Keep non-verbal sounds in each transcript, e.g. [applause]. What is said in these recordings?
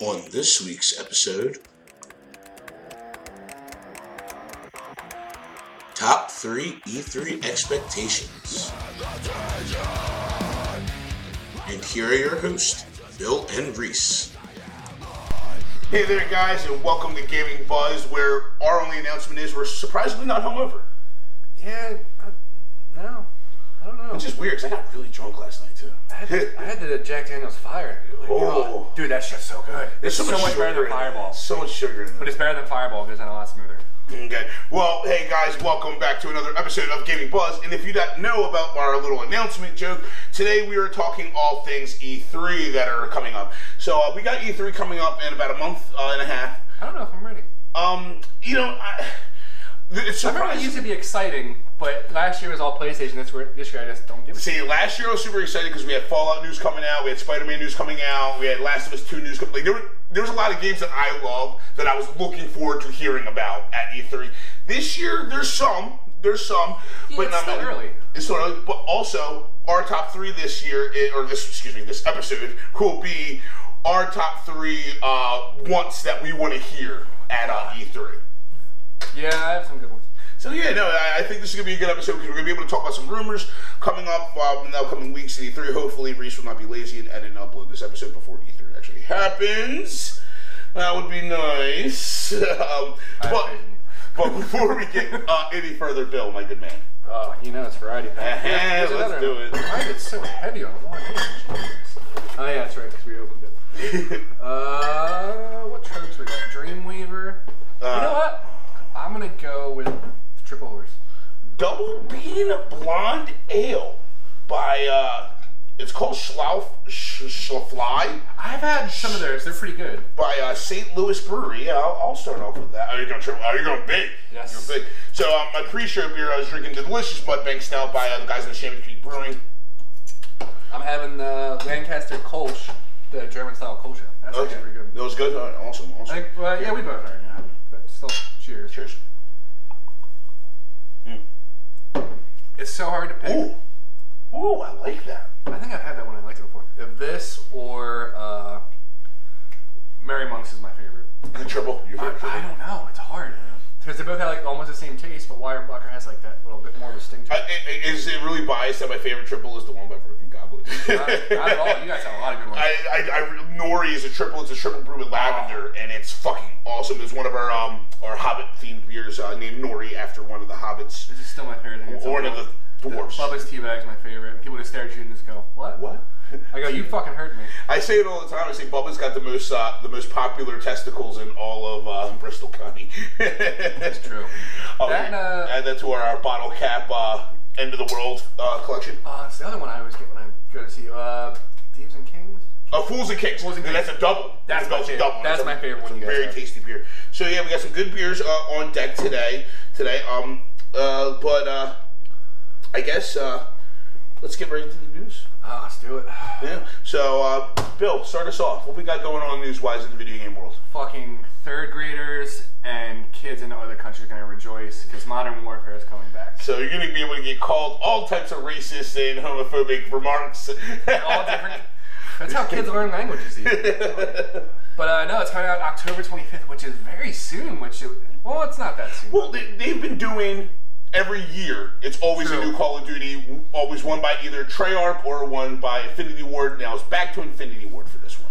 On this week's episode, top three E3 expectations. And here are your hosts, Bill and Reese. Hey there, guys, and welcome to Gaming Buzz, where our only announcement is we're surprisingly not hungover. Yeah, I, no, I don't know. Which is weird, 'cause I got really drunk last night, too. I had the Jack Daniel's Fire. Like, Oh. dude, that shit's so good. There's so much better than in it. Fireball. So much sugar in But it. it's better than Fireball because it's a lot smoother. Okay. Well, hey, guys, welcome back to another episode of Gaming Buzz. And if you don't know about our little announcement joke, today we are talking all things E3 that are coming up. So uh, we got E3 coming up in about a month uh, and a half. I don't know if I'm ready. Um, you know, I, it's I remember E it surprising. used to be exciting, but last year was all PlayStation. This, where, this year I just don't give a shit. See, last year I was super excited because we had Fallout news coming out, we had Spider-Man news coming out, we had Last of Us Two news. Coming, like there, were, there was a lot of games that I love that I was looking forward to hearing about at E3. This year, there's some, there's some, but it's not still many. early. It's still early, but also our top three this year, i- or this, excuse me, this episode will be our top three uh, wants that we want to hear at uh, E3. Yeah, I have some good ones. So yeah, no, I, I think this is gonna be a good episode because we're gonna be able to talk about some rumors coming up um, in the upcoming weeks in E3. Hopefully, Reese will not be lazy and edit and upload this episode before E3 actually happens. That would be nice. [laughs] um, but, appreciate you. [laughs] but before we get uh, any further, Bill, my good [laughs] man. Oh, you know it's variety [laughs] pack. Uh-huh, here's let's another do one. it. Why is it so heavy on one hand? Jesus. Oh yeah, that's right, because we opened it. uh, what tropes we got? Dreamweaver. you know what? I'm gonna go with the Triple Horse. Double Bean Blonde Ale by uh, it's called Schlauf Sch- Schlafly I've had some of theirs. They're pretty good. by uh, St. Louis Brewery. Yeah, I'll, I'll start off with that. Are you going to? Are you going big? Yes. You're big. So um, my pre-show beer, I was drinking the delicious Mud Bank Stout by uh, the guys in the Shaman Creek Brewing. I'm having the Lancaster Kolsch, the German style Kolsch. ale. That's actually pretty good. That was good. All right, awesome. Awesome. Like, well, yeah, we both are gonna have it, but still, cheers. Cheers. It's so hard to pick. Ooh. Ooh, I like that. I think I've had that one. I liked it before. If this or uh, Mary Monk's is my favorite. The triple. Your I, favorite I triple. don't know. It's hard because they both have like almost the same taste, but Weyerbacher has like that little bit more distinct. I, taste. i- i- is it really biased that my favorite triple is the one by Broken Goblin? not, not at all. You guys have a lot of good [laughs] ones. I, I, I, Nori is a triple. It's a triple brew with lavender, and it's fucking awesome. It's one of our um our Hobbit themed beers uh, named Nori after one of the Hobbits this is still my favorite thing. It's or one on of my- the dwarfs. Bubba's tea bag's my favorite. People just stare at you and just go, "What? What? I go, "You fucking heard me." I say it all the time. I say Bubba's got the most uh, the most popular testicles in all of uh, Bristol County. That's True. [laughs] Oh, That, uh, add that to our, our bottle cap uh, end of the world uh, collection. Uh, it's the other one I always get when I go to see uh, Thieves and Kings. Uh, Fools and Kings. Fools and And Kings. That's a double. That's a my double- favorite- double. that's a- my favorite it's one a you guys Very have. tasty beer. So yeah, we got some good beers uh, on deck today. Today, um, uh, but uh, I guess uh, let's get right into the news. Ah, let's do it. [sighs] Yeah. So uh, Bill, start us off. What we got going on news wise in the video game world? fucking third graders and kids in other countries are gonna rejoice because modern warfare is coming back. [laughs] So you're going to be able to get called all types of racist and homophobic remarks. [laughs] All different. That's how kids learn languages. these days. but uh, no, it's coming out October 25th, which is very soon. Which it, well, it's not that soon. well, they, they've been doing every year. It's always True. a new Call of Duty, always one by either Treyarch or one by Infinity Ward. Now it's back to Infinity Ward for this one.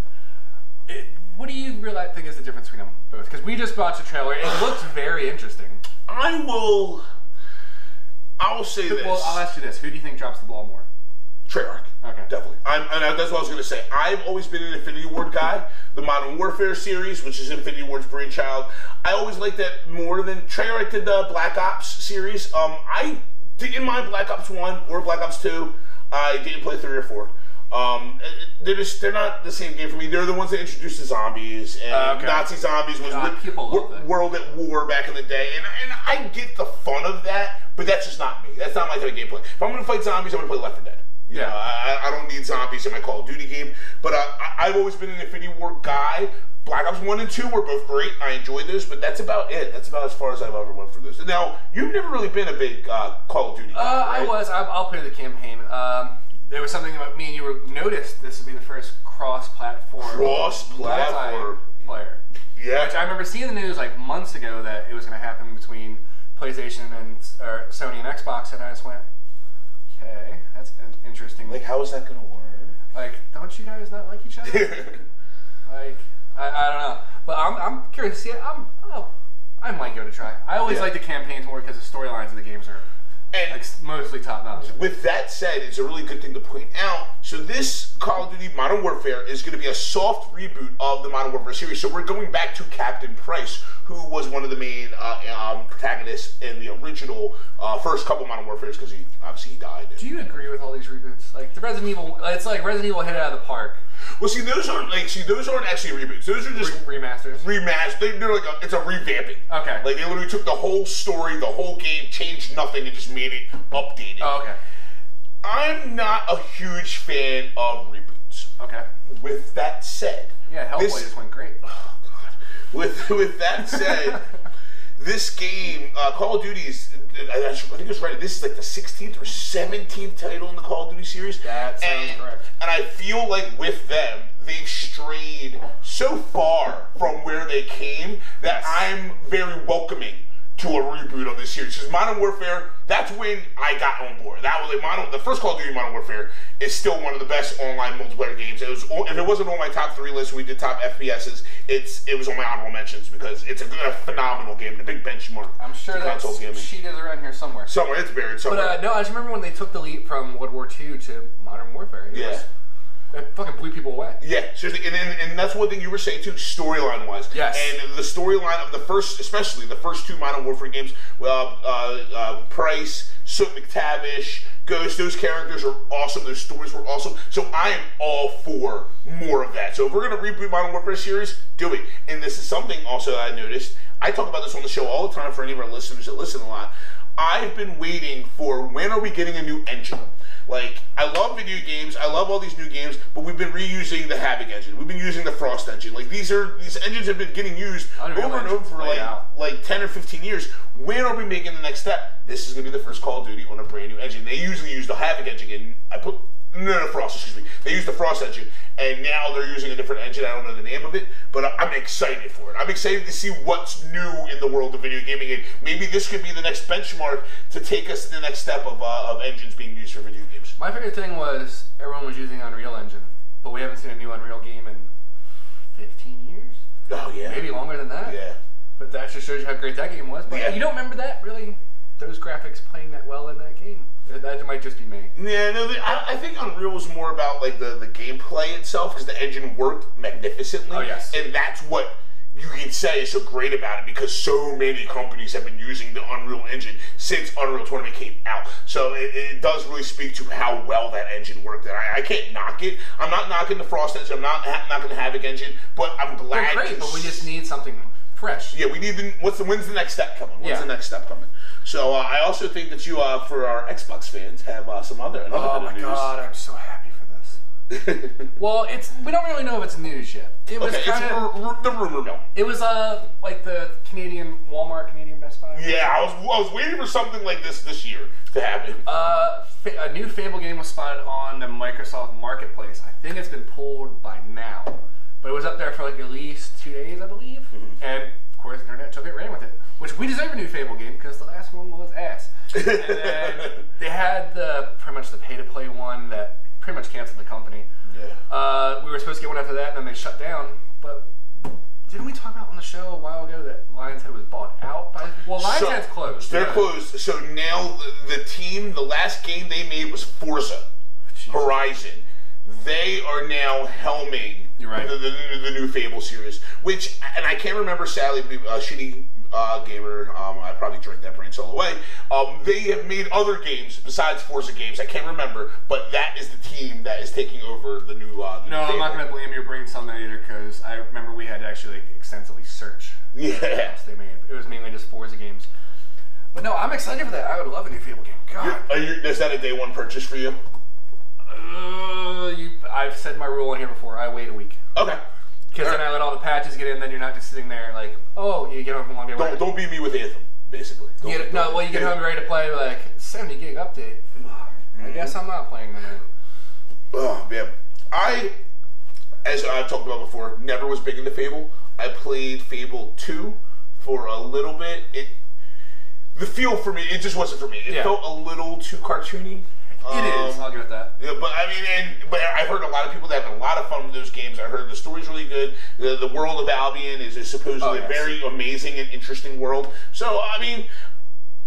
It- what do you realize think is the difference between them both? Because we just watched a trailer. It looks very interesting. I will. I will say this. Well, I'll ask you this: Who do you think drops the ball more? Treyarch. Okay. Definitely. I'm, and that's what I was going to say. I've always been an Infinity Ward guy. The Modern Warfare series, which is Infinity Ward's brainchild, I always liked that more than Treyarch did the Black Ops series. Um, I didn't mind Black Ops One or Black Ops Two. I didn't play three or four. Um, it- it- they're just they're not the same game for me. They're the ones that introduced the zombies and Uh, okay. Nazi zombies was God, lit- people love wor- that. World at War back in the day, and, and I get the fun of that, but that's just not me. That's not my type of gameplay. If I'm going to fight zombies, I'm going to play Left 4 Dead. You Yeah. know, I, I I don't need zombies in my Call of Duty game, but uh, I, I've always been an Infinity War guy. Black Ops 1 and 2 were both great. I enjoyed those, but that's about it. That's about as far as I've ever went for those. Now, you've never really been a big uh, Call of Duty guy, Uh, I right? was. I, I'll play the campaign. Um, There was something about me and you were noticed. This would be the first cross-platform Cross-platform. player. Yeah. I remember seeing the news like months ago that it was going to happen between PlayStation and or Sony and Xbox, and I just went, "Okay, that's an interesting." Like, how is that gonna work? Like, don't you guys not like each other? like, I, I don't know, but I'm, I'm curious. See, I'm oh, I might give it a try. I always Yeah. like the campaigns more because the storylines of the games are [laughs] and like mostly top notch. with that said, it's a really good thing to point out. So this Call of Duty Modern Warfare is going to be a soft reboot of the Modern Warfare series. So we're going back to Captain Price, who was one of the main uh, um, protagonists in the original uh, first couple Modern Warfares, because he obviously he died. Do you agree with all these reboots? Like the Resident Evil, it's like Resident Evil hit it out of the park. well, see, those aren't like see those aren't actually reboots. Those are just Remasters. rematch. They, they're like a, it's a revamping. Okay. Like they literally took the whole story, the whole game, changed nothing, and just made it updated. Oh, okay. I'm not a huge fan of reboots. Okay. With that said, Yeah, Hellboy This- just went great. [laughs] with with that [laughs] said, this game, uh, Call of Duty is, I I think it was right. This is like the 16th or 17th title in the Call of Duty series. That sounds and, correct. And I feel like with them, they've strayed so far from where they came that I'm very welcoming to a reboot of this series. Because Modern Warfare, that's when I got on board. That was like Modern, the first Call of Duty Modern Warfare is still one of the best online multiplayer games. It was on- if it wasn't on my top three list, we did top FPSs. It's it was on my honorable mentions because it's a, good, a phenomenal game, the big benchmark. I'm sure to that console gaming. cheat is around here somewhere. Somewhere it's buried somewhere. But uh, no, I just remember when they took the leap from World War II to Modern Warfare. It Yeah. was- it fucking blew people away. Yeah, seriously, and, and, and that's one thing you were saying too, storyline wise. Yes. And the storyline of the first, especially the first two Modern Warfare games, well, uh, uh, Price, Soot McTavish, Ghost, those characters are awesome. Those stories were awesome. So I am all for more of that. So if we're gonna reboot Modern Warfare series, do it. And this is something also that I noticed. I talk about this on the show all the time for any of our listeners that listen a lot. I've been waiting for when are we getting a new engine? Like, I love video games, I love all these new games, but we've been reusing the Havoc engine. We've been using the Frost engine. Like these are these engines have been getting used Unreal over and over Engine's for played like out. like ten or fifteen years. When are we making the next step? This is gonna be the first Call of Duty on a brand new engine. They usually use the Havoc engine and I put no, no, Frost, excuse me. They use the Frost engine, and now they're using a different engine. I don't know the name of it, but I- I'm excited for it. I'm excited to see what's new in the world of video gaming, and maybe this could be the next benchmark to take us to the next step of, uh, of engines being used for video games. My favorite thing was everyone was using Unreal Engine, but we haven't seen a new Unreal game in 15 years, Oh, yeah. maybe longer than that. Yeah. But that just shows you how great that game was. But Yeah. you don't remember that really, those graphics playing that well in that game. That- That might just be me. Yeah, no, the, I, I think Unreal was more about like the, the gameplay itself because the engine worked magnificently. Oh, yes. and that's what you can say is so great about it because so many companies have been using the Unreal Engine since Unreal Tournament came out. So it, it does really speak to how well that engine worked. And I, I can't knock it. I'm not knocking the Frost engine. I'm not ha- knocking the Havoc engine, but I'm They're glad. great, to but we s- just need something fresh. yeah, we need the what's the when's the next step coming? When's Yeah. the next step coming? So uh, I also think that you, uh, for our Xbox fans, have uh, some other another Oh bit of my news. god, I'm so happy for this. [laughs] well, it's we don't really know if it's news yet. It was Okay, it's kind of r- r- the rumor mill. it was uh like the Canadian Walmart, Canadian Best Buy. Yeah, I was I was waiting for something like this this year to happen. Uh, fa- a new Fable game was spotted on the Microsoft Marketplace. I think it's been pulled by now, but it was up there for like at least two days, I believe. And of course, the internet took it, ran with it, which we deserve a new Fable game because the last one was ass. and then they had the pretty much the pay to play one that pretty much canceled the company. yeah. Uh, we were supposed to get one after that, and then they shut down. But didn't we talk about on the show a while ago that Lion's Head was bought out by? Well, Lion's So- Head's closed. They're yeah. closed. So now the, the team, the last game they made was Forza Horizon. They are now helming You're right. the, the, the new Fable series, which and I can't remember. Sadly, uh, shitty uh, gamer. Um, I probably drank that brain cell away. Um, they have made other games besides Forza games. I can't remember, but that is the team that is taking over the new. Uh, the No, new I'm not Fable. gonna blame your brain cell either, because I remember we had to actually like, extensively search. [laughs] Yeah. They made it was mainly just Forza games. But no, I'm excited for that. I would love a new Fable game. God, Are you, is that a day one purchase for you? uh, you, I've said my rule on here before. I wait a week Okay. because then I let all the patches get in. Then you're not just sitting there like, oh, you get home from long day. Don't, work. don't beat me with Anthem, basically. Don't, You get- no, well, you get home ready to play like 70 gig update. Fuck. I guess I'm not playing the new. Oh man, I as I've talked about before, never was big into Fable. I played Fable two for a little bit. It the feel for me, it just wasn't for me. It Yeah. felt a little too cartoony. It is. Um, I'll give it that. yeah, but I mean, and but I've heard a lot of people that have a lot of fun with those games. I heard the story's really good. The, the world of Albion is a supposedly Oh, yes. a very amazing and interesting world. So I mean,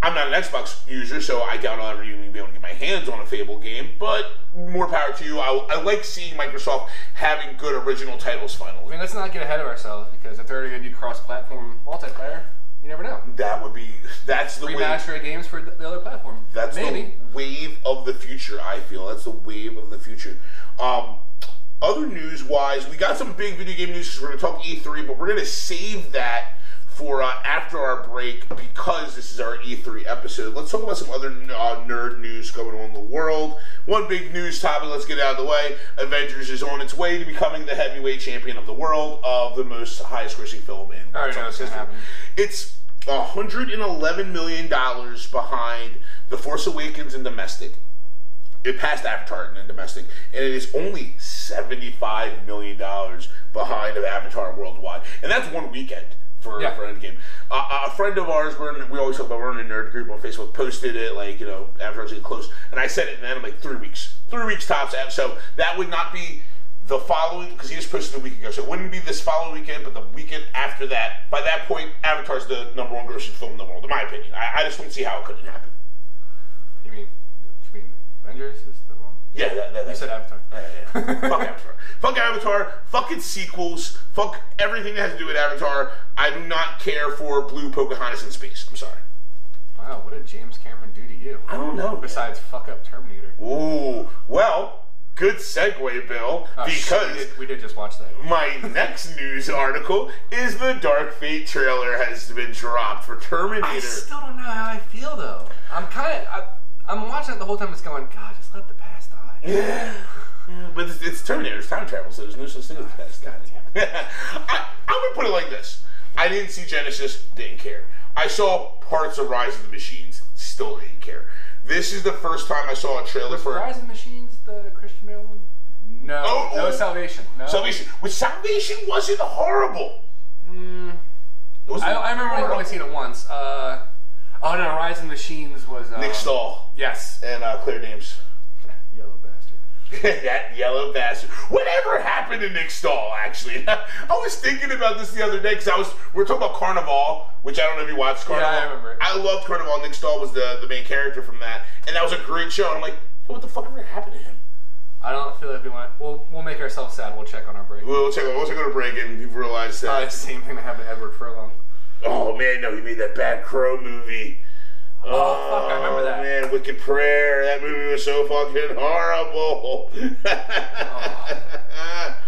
I'm not an Xbox user, so I doubt I'll ever even be able to get my hands on a Fable game. But more power to you. I, I like seeing Microsoft having good original titles I finally. mean, let's not get ahead of ourselves because if they're going to do cross-platform multiplayer, you never know. That would be that's the way. Remaster games for the the other platform. That's maybe. the wave of the future. I feel that's the wave of the future. Um, other news wise, we got some big video game news because we're going to talk E3, but we're going to save that for uh, after our break because this is our E3 episode. Let's talk about some other uh, nerd news going on in the world. One big news topic. Let's get it out of the way. Avengers is on its way to becoming the heavyweight champion of the world of the most highest grossing film in I already know what's gonna happen. it's $111 million behind The Force Awakens and Domestic. It passed Avatar in domestic, and it is only $75 million behind of Avatar worldwide. And that's one weekend for, Yeah. for Endgame. Uh, a friend of ours, we're in, we always talk about we're in a nerd group on Facebook, posted it like, you know, Avatar's getting close. And I said it then, I'm like, three weeks. Three weeks tops. Av- So that would not be the following because he just posted a week ago, so it wouldn't be this following weekend, but the weekend after that. By that point, Avatar's the number one grossing film in the world, in my opinion. I, I just don't see how it couldn't happen. You mean between Avengers is the one? Yeah, that, that, You that- said Avatar. yeah, yeah. fuck Avatar. Fuck Avatar. Fuck its sequels. Fuck everything that has to do with Avatar. I do not care for Blue Pocahontas in space. I'm sorry. Wow, what did James Cameron do to you? I don't know. Besides, fuck up Terminator. Ooh, well, good segue, Bill, Oh, shit, because. we did, we did just watch that. My [laughs] next news article is the Dark Fate trailer has been dropped for Terminator. I still don't know how I feel though. I'm kind of. I'm watching it the whole time. It's going. God, just let the past die. Yeah. But it's, it's Terminator. It's time travel, so there's no such thing as past. God damn [laughs] I, I'm gonna put it like this: I didn't see Genesis, didn't care. I saw parts of Rise of the Machines, still didn't care. This is the first time I saw a trailer for Rise of the Machines, the Christian Bale one. No, Oh, no oh. Salvation. No. Salvation, which Salvation wasn't horrible. It wasn't Mm. I, I remember I've only horrible. seen it once. Uh, oh no, Rise of the Machines was. Um, Nick Stahl Yes. and uh, Claire Dames. Yellow [laughs] bastard. that yellow bastard. Whatever happened to Nick Stahl? Actually, [laughs] I was thinking about this the other day because I was we were talking about Carnival, which I don't know if you watched Carnival. I remember it. I loved Carnival. Nick Stahl was the the main character from that, and that was a great show. And I'm like, "Yo, what the fuck ever happened to him? I don't feel like we want. We'll we'll make ourselves sad. We'll check on our break. We'll take we'll take a break and realize that. Uh, same thing that happened to Edward Furlong. oh man, no, he made that Bad Crow movie. Oh, fuck, I remember that. Man, Wicked Prayer. That movie was so fucking horrible. [laughs] Oh.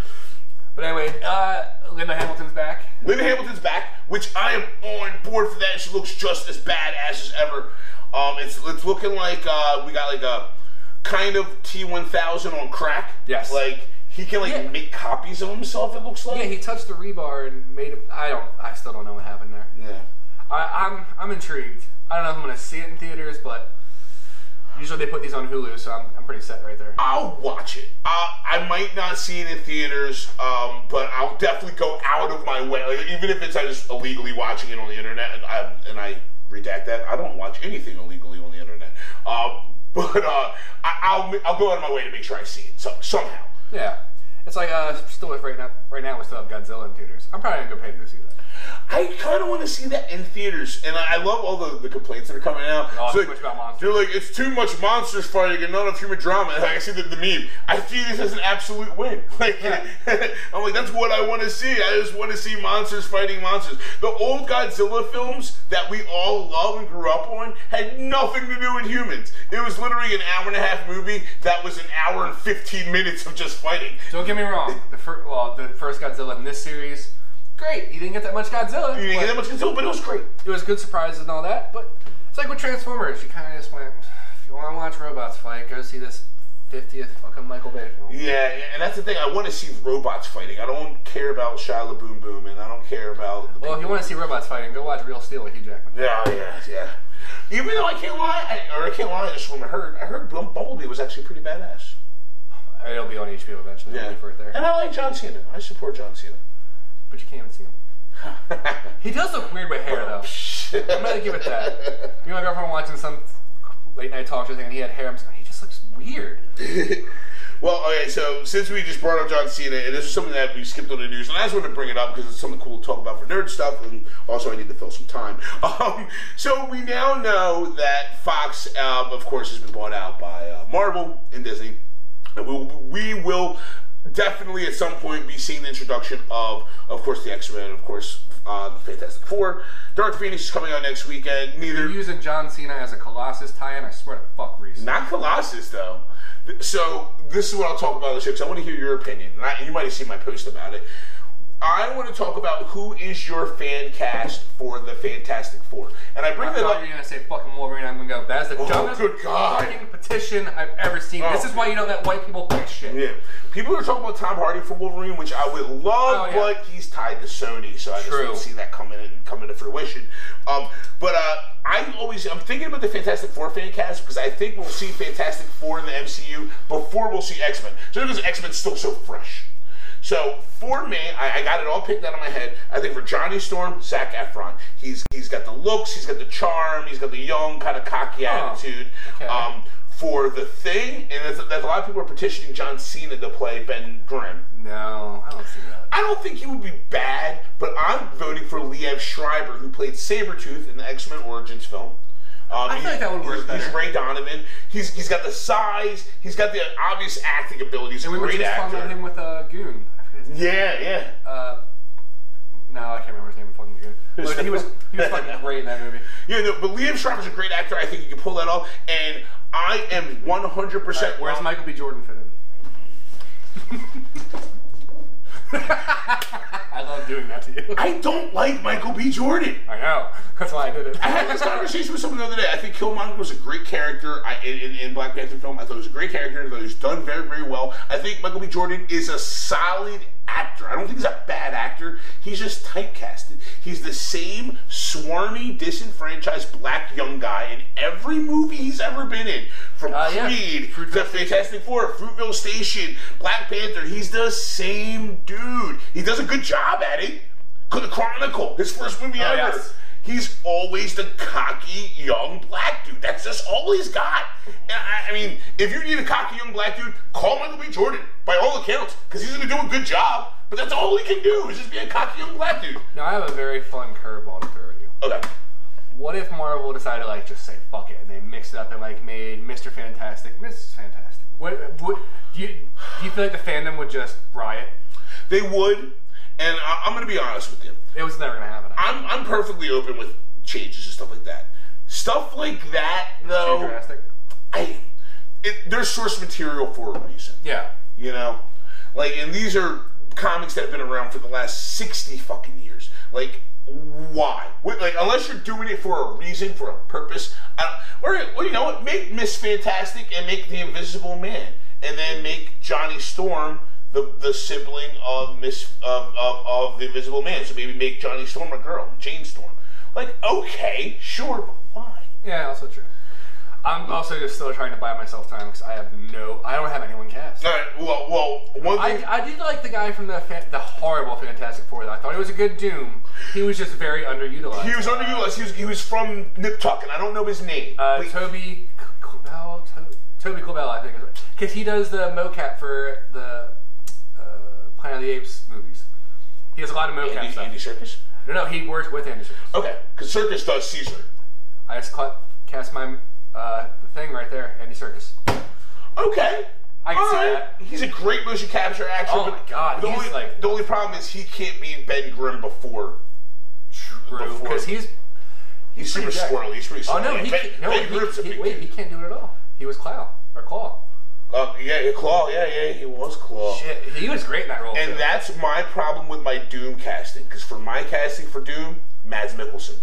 But anyway, uh, Linda Hamilton's back. Linda Hamilton's back, which I am on board for that. She looks just as badass as ever. Um, it's it's looking like uh, we got like a kind of T1000 on crack. Yes. Like he can like Yeah. make copies of himself. It looks Yeah, like. he touched the rebar and made it. I don't. I still don't know what happened there. Yeah. I, I'm I'm intrigued. I don't know if I'm gonna see it in theaters, but usually they put these on Hulu, so I'm, I'm pretty set right there. I'll watch it. Uh, I might not see it in theaters, um, but I'll definitely go out of my way. Like, even if it's I just illegally watching it on the internet, and I, and I redact that. I don't watch anything illegally on the internet. Um, [laughs] but uh, I, I'll I'll go out of my way to make sure I see it so, somehow. Yeah, it's like uh, still with right now. Right now we still have Godzilla in theaters. I'm probably gonna go pay to go see that. I kind of want to see that in theaters, and I, I love all the, the complaints that are coming out. Oh, It's too like, much about monsters. They're like, it's too much monsters fighting and not enough human drama. And I see the, the meme. I see this as an absolute win. [laughs] Like, Yeah. I'm like, that's what I want to see. I just want to see monsters fighting monsters. The old Godzilla films that we all love and grew up on had nothing to do with humans. It was literally an hour and a half movie that was an hour and 15 minutes of just fighting. Don't get me wrong. The first well, the first Godzilla in this series, great. You didn't get that much Godzilla. You didn't but get that much Godzilla, but it was great. It was good surprises and all that, but it's like with Transformers. You kind of just went, if you want to watch robots fight, go see this 50th fucking Michael Bay film. Yeah, and that's the thing. I want to see robots fighting. I don't care about Shia Boom Boom, and I don't care about. The Well, if you want to see robots fighting, go watch Real Steel with Hugh Jackman. yeah, yeah, yeah. Even though I can't lie, I, or I can't lie, this one I heard. I heard Bum- Bumblebee was actually pretty badass. It'll be on HBO eventually. Yeah. Wait for it there. And I like John Cena. I support John Cena. But you can't even see him. he does look weird with hair though. I'm gonna give it that. Me and my girlfriend were watching some late night talk show thing, and he had hair. I'm just like, he just looks weird. Well, okay, so since we just brought up John Cena, and this is something that we skipped on the news, and I just wanted to bring it up because it's something cool to talk about for nerd stuff, and also I need to fill some time. [laughs] Um, so we now know that Fox, um, of course, has been bought out by uh, Marvel and Disney. And we, we will definitely at some point be seeing the introduction of, of course, the X Men, of course, uh, the Fantastic Four. Dark Phoenix is coming out next weekend. Neither They're using John Cena as a Colossus tie-in. I swear to fuck, Reese. not Colossus, though. Th- So this is what I'll talk about on the show 'cause I want to hear your opinion. And I, you might have seen my post about it. I want to talk about who is your fan cast for the Fantastic Four, and I bring I that thought up. you were gonna say fucking Wolverine. I'm gonna go. That's the dumbest good God. fucking petition I've ever seen. This Oh. is why you don't let white people pick shit. Yeah, people are talking about Tom Hardy for Wolverine, which I would love, Oh, yeah. but he's tied to Sony, so I just True. don't see that coming in, coming to fruition. Um, but uh, I'm always I'm thinking about the Fantastic Four fan cast because I think we'll see Fantastic Four in the MCU before we'll see X Men, so because X Men's still so fresh. So for me, I, I got it all picked out of my head. I think for Johnny Storm, Zach Efron. He's he's got the looks, he's got the charm, he's got the young kind of cocky attitude. okay. Um, for the thing, and that's, that's a lot of people are petitioning John Cena to play Ben Grimm. No, I don't see that. I don't think he would be bad, but I'm voting for Liev Schreiber, who played Sabretooth in the X Men Origins film. Um, I feel like that would work he's, he's better. Ray Donovan. He's he's got the size. He's got the obvious acting abilities. We were Great just talking actor. about him with uh, Goon. I forget his name. Yeah, yeah. Uh, no, I can't remember his name. Fucking Goon. But he was he was fucking great in that movie. Yeah, no, but Liam Schreiber's a great actor. I think he can pull that off. And I am 100% Where's Michael B. Jordan fit in? I love doing that to you. I don't like Michael B. Jordan. I know. That's why I did it. I had this [laughs] conversation with someone the other day. I think Killmonger was a great character I, in, in, in Black Panther film. I thought he was a great character. I thought he was done very, very well. I think Michael B. Jordan is a solid actor. I don't think he's a bad actor. He's just typecasted. He's the same swarmy, disenfranchised black young guy in every movie he's ever been in. From Uh, yeah. Creed the Fantastic Four, Fruitville Station, Black Panther. He's the same dude. He does a good job at it. The Chronicle, his first movie Oh, ever. yes. He's always the cocky young black dude. That's just all he's got. And I, I mean, if you need a cocky young black dude, call Michael B. Jordan by all accounts, because he's going to do a good job. But that's all he can do is just be a cocky young black dude. Now I have a very fun curveball to throw at you. Okay. What if Marvel decided like just say fuck it and they mixed it up and like made Mr. Fantastic, Mrs. Fantastic? What, what do you do you feel like the fandom would just riot? They would, and I, I'm going to be honest with you. It was never gonna happen. I'm, I'm perfectly open with changes and stuff like that. Stuff like that, Too though, drastic. I, it, there's source material for a reason. Yeah. You know, like, and these are comics that have been around for the last sixty fucking years. Like, why? What, like, unless you're doing it for a reason, for a purpose. I don't, or, or you know what? Make Miss Fantastic and make the Invisible Man, and then make Johnny Storm. The, the sibling of Miss of, of, of the Invisible Man, so maybe make Johnny Storm a girl, Jane Storm. Like, okay, sure, but why? Yeah, also true. I'm also just still trying to buy myself time because I have no, I don't have anyone cast. All right, well, well, one thing I, I did like the guy from the fan, the horrible Fantastic Four. Though. I thought he was a good Doom. He was just very underutilized. He was underutilized. He was, he was from Niptuck, and I don't know his name. uh, But Toby Cobell, to- Toby Cobell, I think, because he does the mocap for the uh, Planet of the Apes movies. He does a lot of mocap Andy, stuff. Andy Circus? No, no, he works with Andy Serkis. Okay, because Circus does Caesar. I just cla cast my uh, thing right there, Andy Circus. Okay. I can All see right. that. He's a great motion capture actor. Oh but my God, The he's only, like- the only problem is he can't be Ben Grimm before. True, Before- because he's He's super pretty jacked. squirrely. He's pretty Oh squirrely. no, And he ben, can't, no, ben Grimm's he, a he, big wait, he dude. can't do it at all. He was Clow or Claw. Uh, yeah, yeah, Claw. Yeah, yeah, he was Claw. Shit, he was great in that role. And too. that's my problem with my Doom casting. Because for my casting for Doom, Mads Mikkelsen.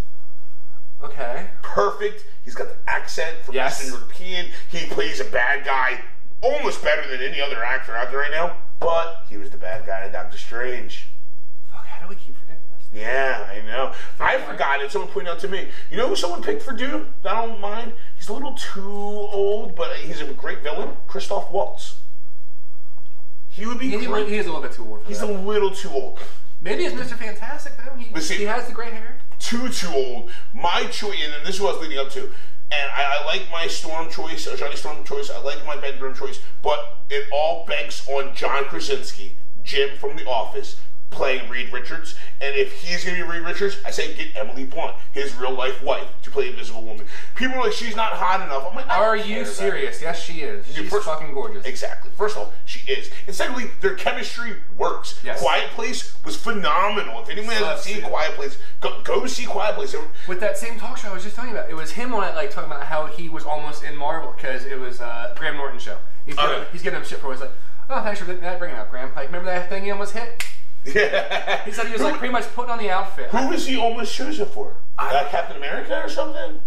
okay, perfect. He's got the accent from Yes. Eastern European. He plays a bad guy almost better than any other actor out there right now. But he was the bad guy in Doctor Strange. fuck, how do we keep forgetting this? Yeah, I know. I forgot it. Someone pointed out to me. You know who someone picked for Doom? that I don't mind. He's a little too old, but he's a great villain. Christoph Waltz. He would be He, he, great. he is a little bit too old for He's a that. little too old. Maybe it's Mr. Fantastic though. He, But see- he has the gray hair. Too, too old. My choice, and this is what I was leading up to. And I, I like my Storm choice, or Johnny Storm choice. I like my Ben Grimm choice, but it all banks on John Krasinski, Jim from The Office, playing Reed Richards. And if he's going to be Reed Richards, I say get Emily Blunt, his real life wife, to play Invisible Woman. People are like, she's not hot enough. I'm like, I don't Are care you about it. serious? Yes, she is. She's first- fucking gorgeous. Exactly. First of all, she is. And secondly, their chemistry works. Yes. Quiet Place was phenomenal. If anyone hasn't Sucks, seen dude. Quiet Place, go, go see Quiet Place. It- With that same talk show I was just telling you about, it was him on it, like talking about how he was almost in Marvel because it was uh, Graham Norton show. He's giving, Okay. he's giving him shit for it. He's like, oh, thanks for bringing that bringing up, Graham. Like, remember that thing he almost hit? He said he was like pretty much putting on the outfit. Who was he almost chosen for? Uh, Captain America or something?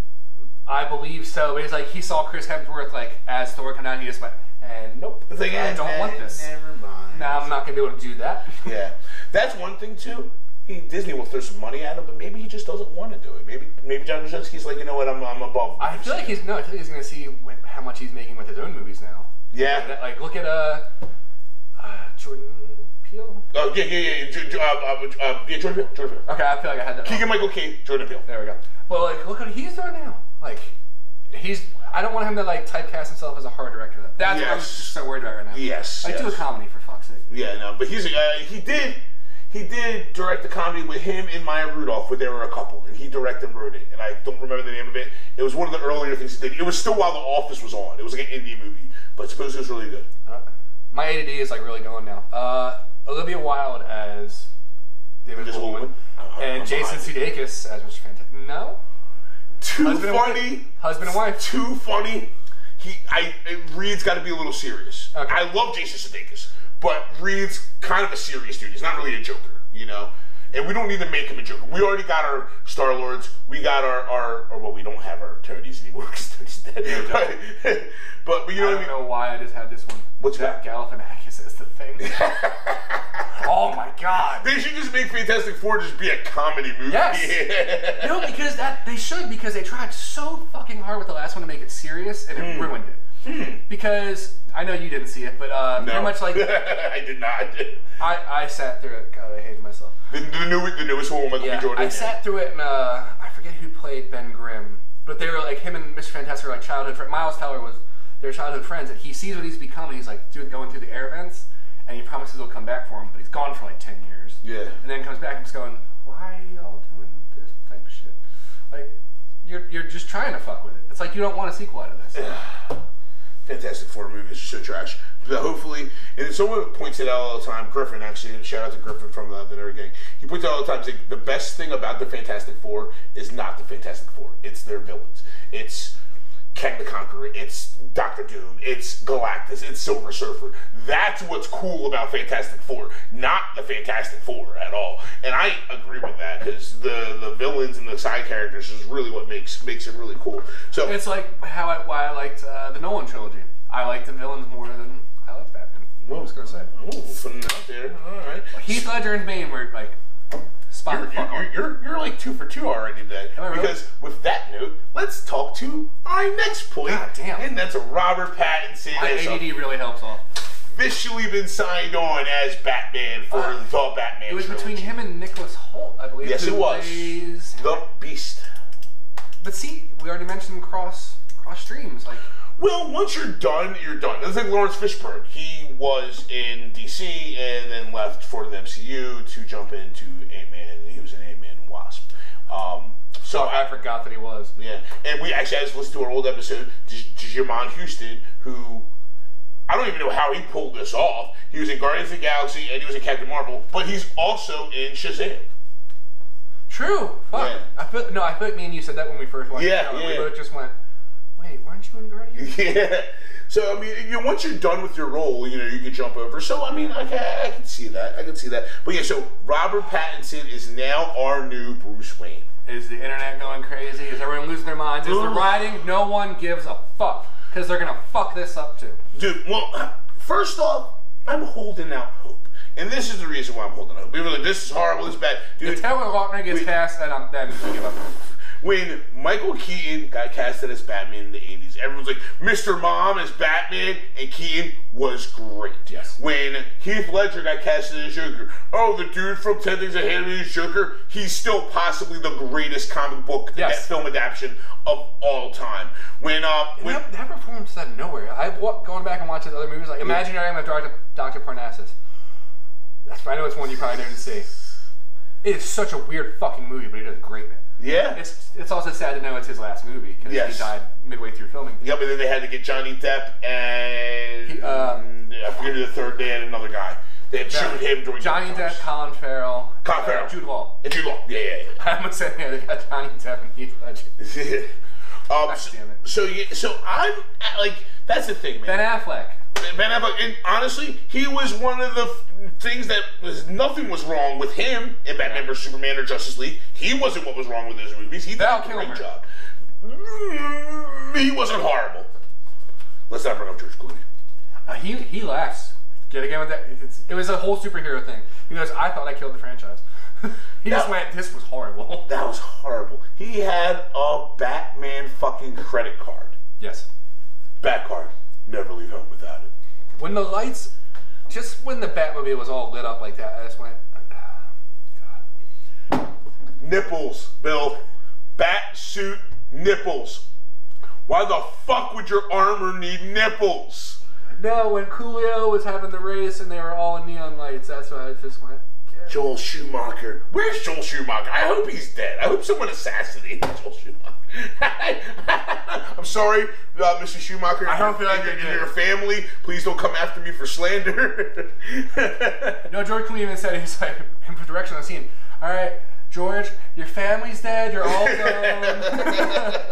I believe so, but he's like he saw Chris Hemsworth like as Thor come down, he just went, and nope, The thing I is, eh, don't want this. Never mind. Nah, I'm not gonna be able to do that. Yeah, that's one thing too. He, Disney will throw some money at him, but maybe he just doesn't want to do it. Maybe maybe John Krasinski's like, you know what? I'm, I'm above. I this." feel like he's no. I feel like he's gonna see wh- how much he's making with his own movies now. yeah. That- Like look at uh, uh Jordan Peele. Oh yeah yeah yeah. Jo- Jo- uh, uh, uh, yeah Jordan Peele. Jordan Peele. Okay, I feel like I had that. wrong. Keegan Michael Key. Jordan Peele. There we go. Well, like, look what he's doing now. Like, he's. I don't want him to like typecast himself as a horror director. though. That's what I'm Yes. just so worried about right now. Yes. Like, do a yes. comedy for fuck's sake. Yeah, no, but he's a guy. He did, he did direct the comedy with him and Maya Rudolph, where they were a couple, and he directed and wrote it. And I don't remember the name of it. It was one of the earlier things he did. It was still while The Office was on. It was like an indie movie, but supposedly it was really good. Uh, My ADD is like really going now. Uh, Olivia Wilde as the Invisible Invisible Woman, Woman? I'm- and I'm Jason behind you. Sudeikis as Mr. Fantastic. No, Too husband and funny. wife. Husband and wife. Too funny. He, I, Reed's got to be a little serious. Okay. I love Jason Sudeikis, but Reed's kind of a serious dude. He's not really a joker, you know. And we don't need to make him a joker. We already got our Star Lords. We got our, our, or well, we don't have our Toadies anymore [laughs] because Toadie's dead. But, but, you know what I I don't mean. know why I just had this one. What's that? Galifianakis is the thing. [laughs] oh my [laughs] god. They should just make Fantastic Four just be a comedy movie. [laughs] Yes. No, because that they should because they tried so fucking hard with the last one to make it serious and it ruined it. Because I know you didn't see it, but uh, No. pretty much [laughs] like I did not. [laughs] I, I sat through it. God, I hated myself. The, the new, the newest one with Michael Yeah, B. Jordan. I sat through it, and uh, I forget who played Ben Grimm, but they were like him and Mr. Fantastic were like childhood friends. Miles Teller was their childhood friends, and he sees what he's become, and he's like through going through the air vents, and he promises he'll come back for him, but he's gone for like ten years. Yeah. and then comes back and just going, "Why are y'all doing this type of shit? Like, you're you're just trying to fuck with it. It's like you don't want a sequel out of this." Fantastic Four movies are so trash. But hopefully, and someone points it out all the time. Griffin actually, and shout out to Griffin from uh, the, the Nerd Gang. He points out all the time. he's like, the best thing about the Fantastic Four is not the Fantastic Four. It's their villains. It's Kang the Conqueror. It's Doctor Doom. It's Galactus. It's Silver Surfer. That's what's cool about Fantastic Four, not the Fantastic Four at all. And I agree with that because the the villains and the side characters is really what makes makes it really cool. So It's like how I, why I liked uh, the Nolan trilogy. I liked the villains more than I liked Batman. I'm just gonna say. Ooh, putting it out there. All right. Heath Ledger and Bane were like spot You're, the fuck on. you're, you're, you're like two for two already today. Am I really? Because with that note, let's talk to our next point. God damn. And that's Robert Pattinson My has ADD really helps off. officially been signed on as Batman for Uh, the Batman It was trilogy. between him and Nicholas Holt, I believe. Yes, who it was. plays- the Beast. But see, we already mentioned cross cross streams. Like, Well, once you're done, you're done. It's like Lawrence Fishburne. He was in DC and then left for the MCU to jump into Ant Man, and he was in Ant Man and Wasp. Um, so I, Oh, I forgot that he was. Yeah, and we actually I just listened to an old episode. J- J- Jamon Houston, who I don't even know how he pulled this off. He was in Guardians of the Galaxy and he was in Captain Marvel, but he's also in Shazam. [laughs] True. Fuck. Yeah. I feel no. I feel like me and you said that when we first watched. Yeah, the trailer. yeah. We both just went. Wait, weren't you in Guardians? Yeah. So I mean, you know, once you're done with your role, you know you can jump over. So I mean, I can, I can see that. I can see that. But yeah, so Robert Pattinson is now our new Bruce Wayne. Is the internet going crazy? Is everyone losing their minds? Is the Ooh. writing? No one gives a fuck because they're gonna fuck this up too. Dude, well, [clears throat] first off, I'm holding out hope, and this is the reason why I'm holding out hope. People are like, this is horrible, this is bad. Dude, If Taylor Lautner gets we- cast, then I'm then I give up. When Michael Keaton got casted as Batman in the 80s, everyone's like, Mr. Mom is Batman, and Keaton was great. Yes. When Heath Ledger got casted as Joker, oh, the dude from 10 Things I Hate About You is Joker, he's still possibly the greatest comic book Yes. film adaptation of all time. When, uh, when That, that performance out of nowhere. I wa- going back and watching other movies like Imaginary I'm a Doctor Doctor Parnassus. That's I know it's one you probably didn't see. It is such a weird fucking movie, but he does great in it. yeah. It's it's also sad to know it's his last movie because Yes. he died midway through filming. Yeah, but then they had to get Johnny Depp and He- um, I forget who the third. They had another guy. They had No. shooting him during Johnny the times. Depp, Colin Farrell, Colin uh, Farrell. Jude Law. [laughs] And Jude Law. Yeah, yeah, yeah. I'm gonna say yeah, they got Johnny Depp and Heath Ledger. [laughs] um, so, damn it. so you, so I'm at, like that's the thing, Ben man. Affleck. Ben, Affleck, and honestly, he was one of the f- things that was nothing was wrong with him in Batman vs Superman or Justice League. He wasn't what was wrong with those movies. He did a Val great Kilmer. job. Mm, He wasn't horrible. Let's not bring up George Clooney. Uh, he he laughs. Get again with that. It's, it was a whole superhero thing. He goes, I thought I killed the franchise. [laughs] he just No. went, this was horrible. [laughs] That was horrible. He had a Batman fucking credit card. yes. Bat card. Never leave home without it. When the lights, just when the Batmobile was all lit up like that, I just went, ah, God. Nipples, Bill. Bat suit nipples. Why the fuck would your armor need nipples? No, when Coolio was having the race and they were all in neon lights, that's why I just went. "Yeah." Joel Schumacher. Where's Joel Schumacher? I hope he's dead. I hope someone assassinated [laughs] Joel Schumacher. [laughs] I'm sorry, uh, Mr. Schumacher. I don't feel like you're, they did. your family. Please don't come after me for slander. [laughs] No, George Clooney even said [laughs] he's like in the direction of the scene. All right, George, your family's dead. You're [laughs] all gone.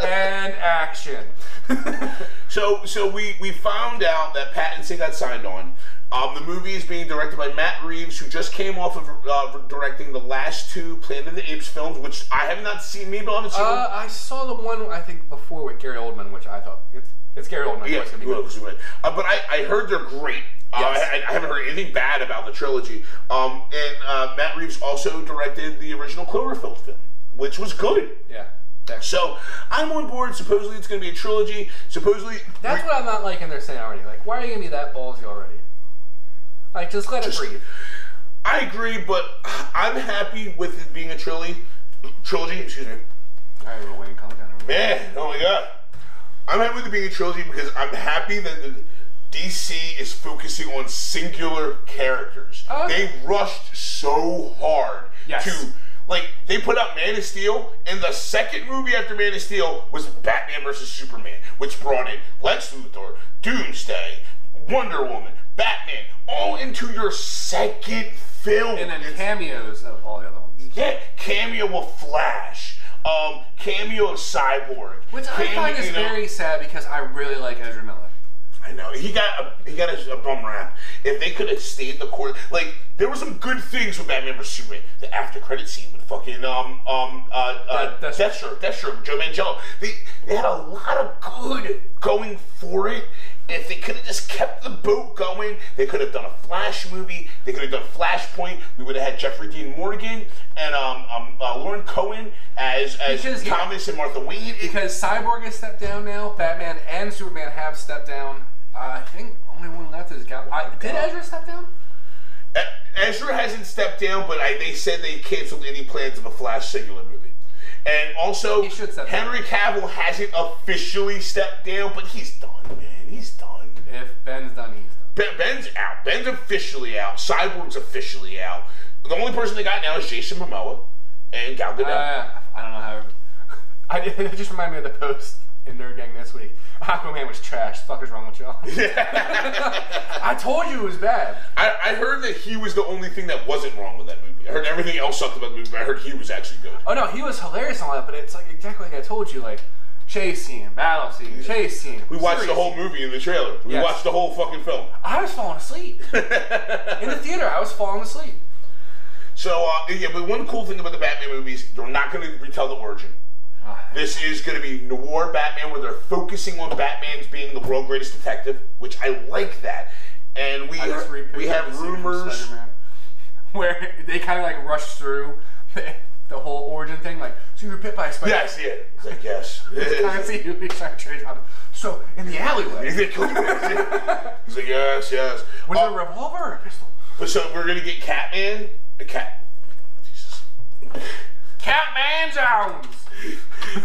and action. Uh, So, so we we found out that Pattinson got signed on. Um, the movie is being directed by Matt Reeves, who just came off of uh, directing the last two Planet of the Apes films, which I have not seen. Maybe I haven't seen. Uh, I saw the one I think before with Gary Oldman, which I thought it's it's Gary Oldman. of yeah, course, it'd be well, good. it was- uh, but I, I heard they're great. Uh, Yes. I, I haven't heard anything bad about the trilogy. Um, and uh, Matt Reeves also directed the original Cloverfield film, which was good. Yeah, that- So I'm on board. Supposedly it's going to be a trilogy. Supposedly that's what I'm not liking. They're saying already, like, why are you gonna be that ballsy already? Like, just let it breathe. I agree, but I'm happy with it being a trilogy. Trilogy, excuse me. All right, we're waiting. Calm down. everybody. Man, oh my god. I'm happy with it being a trilogy because I'm happy that the DC is focusing on singular characters. Oh, okay. They rushed so hard Yes. to like they put out Man of Steel, and the second movie after Man of Steel was Batman versus Superman, which brought in Lex Luthor, Doomsday, Wonder Woman, Batman, all into your second film. And then It's- cameos of all the other ones, yeah, cameo of Flash, um, cameo of Cyborg, which I cameo- find is you know- very sad because I really like Ezra Miller. I know he got a, he got a, a bum rap. If they could have stayed the course, like there were some good things with Batman vs Superman. The after credit scene with fucking um um uh, uh That- that's- Death Stroke, Death Stroke, Joe Mangello. They they had a lot of good going for it. If they could have just kept the boat going, they could have done a Flash movie. They could have done Flashpoint. We would have had Jeffrey Dean Morgan and um, um uh, Lauren Cohen as as Because- Thomas and Martha Wayne. It- Because Cyborg has stepped down now, Batman and Superman have stepped down. I think only one left Oh. is Gal. I, did Ezra step down? E- Ezra hasn't stepped down, but I, they said they canceled any plans of a Flash singular movie. And also, He should step down. Henry Cavill hasn't officially stepped down, but he's done, man. He's done. If Ben's done, he's done. Ben, Ben's out. Ben's officially out. Cyborg's officially out. The only person they got now is Jason Momoa and Gal Gadot. Uh, I don't know how. [laughs] I, it just reminded me of the post in Nerd Gang this week. Aquaman was trash. Fuck is wrong with [laughs] y'all? I told you it was bad. I, I heard that he was the only thing that wasn't wrong with that movie. I heard everything else sucked about the movie, but I heard he was actually good. Oh no, he was hilarious and all that, but it's like exactly like I told you, like chase scene, battle scene, chase scene. We watched the whole movie in the trailer. We Yes. watched the whole fucking film. I was falling [laughs] asleep in the theater. I was falling asleep. So uh, yeah, but one cool thing about the Batman movies, they're not going to retell the origin. Ah. This is going to be noir Batman, where they're focusing on Batman's being the world's greatest detective, which I like that. And we I just we repictured have [laughs] the scene from rumors. Spider-Man, where they kind of like rush through [laughs] the whole origin thing, like, so you were bit by a spider. [laughs] Yes, yeah. It's like, yes. I [laughs] see you reach out trade drop. So in the [laughs] alleyway, He's [laughs] like, yes, yes. was Uh, it a revolver or a pistol? But so we're gonna get Catman. A cat. [laughs] Jesus. Catman Jones.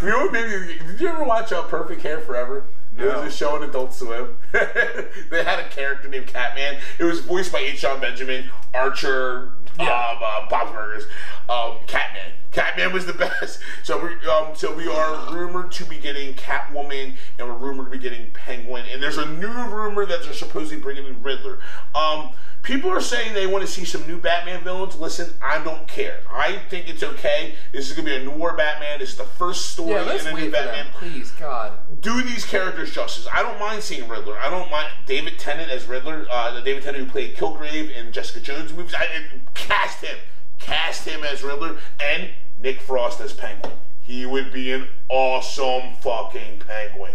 You know what maybe did you ever watch uh, Perfect Hair Forever? It No. was a show on Adult Swim. [laughs] they had a character named Catman. It was voiced by H. John Benjamin, Archer, Yeah. um, uh, Bob's Burgers, um, Catman. Catman was the [laughs] best. So we, um, so we are rumored to be getting Catwoman, and we're rumored to be getting Penguin. And there's a new rumor that they're supposedly bringing in Riddler. Um, people are saying they want to see some new Batman villains. Listen, I don't care. I think it's okay. This is gonna be a noir Batman. This is the first story Yeah, let's in a wait new for Batman that. Please, God. do these characters justice. I don't mind seeing Riddler. I don't mind David Tennant as Riddler. Uh, the David Tennant who played Kilgrave in Jessica Jones movies. I I- cast him, cast him as Riddler, and Nick Frost as Penguin. He would be an awesome fucking Penguin.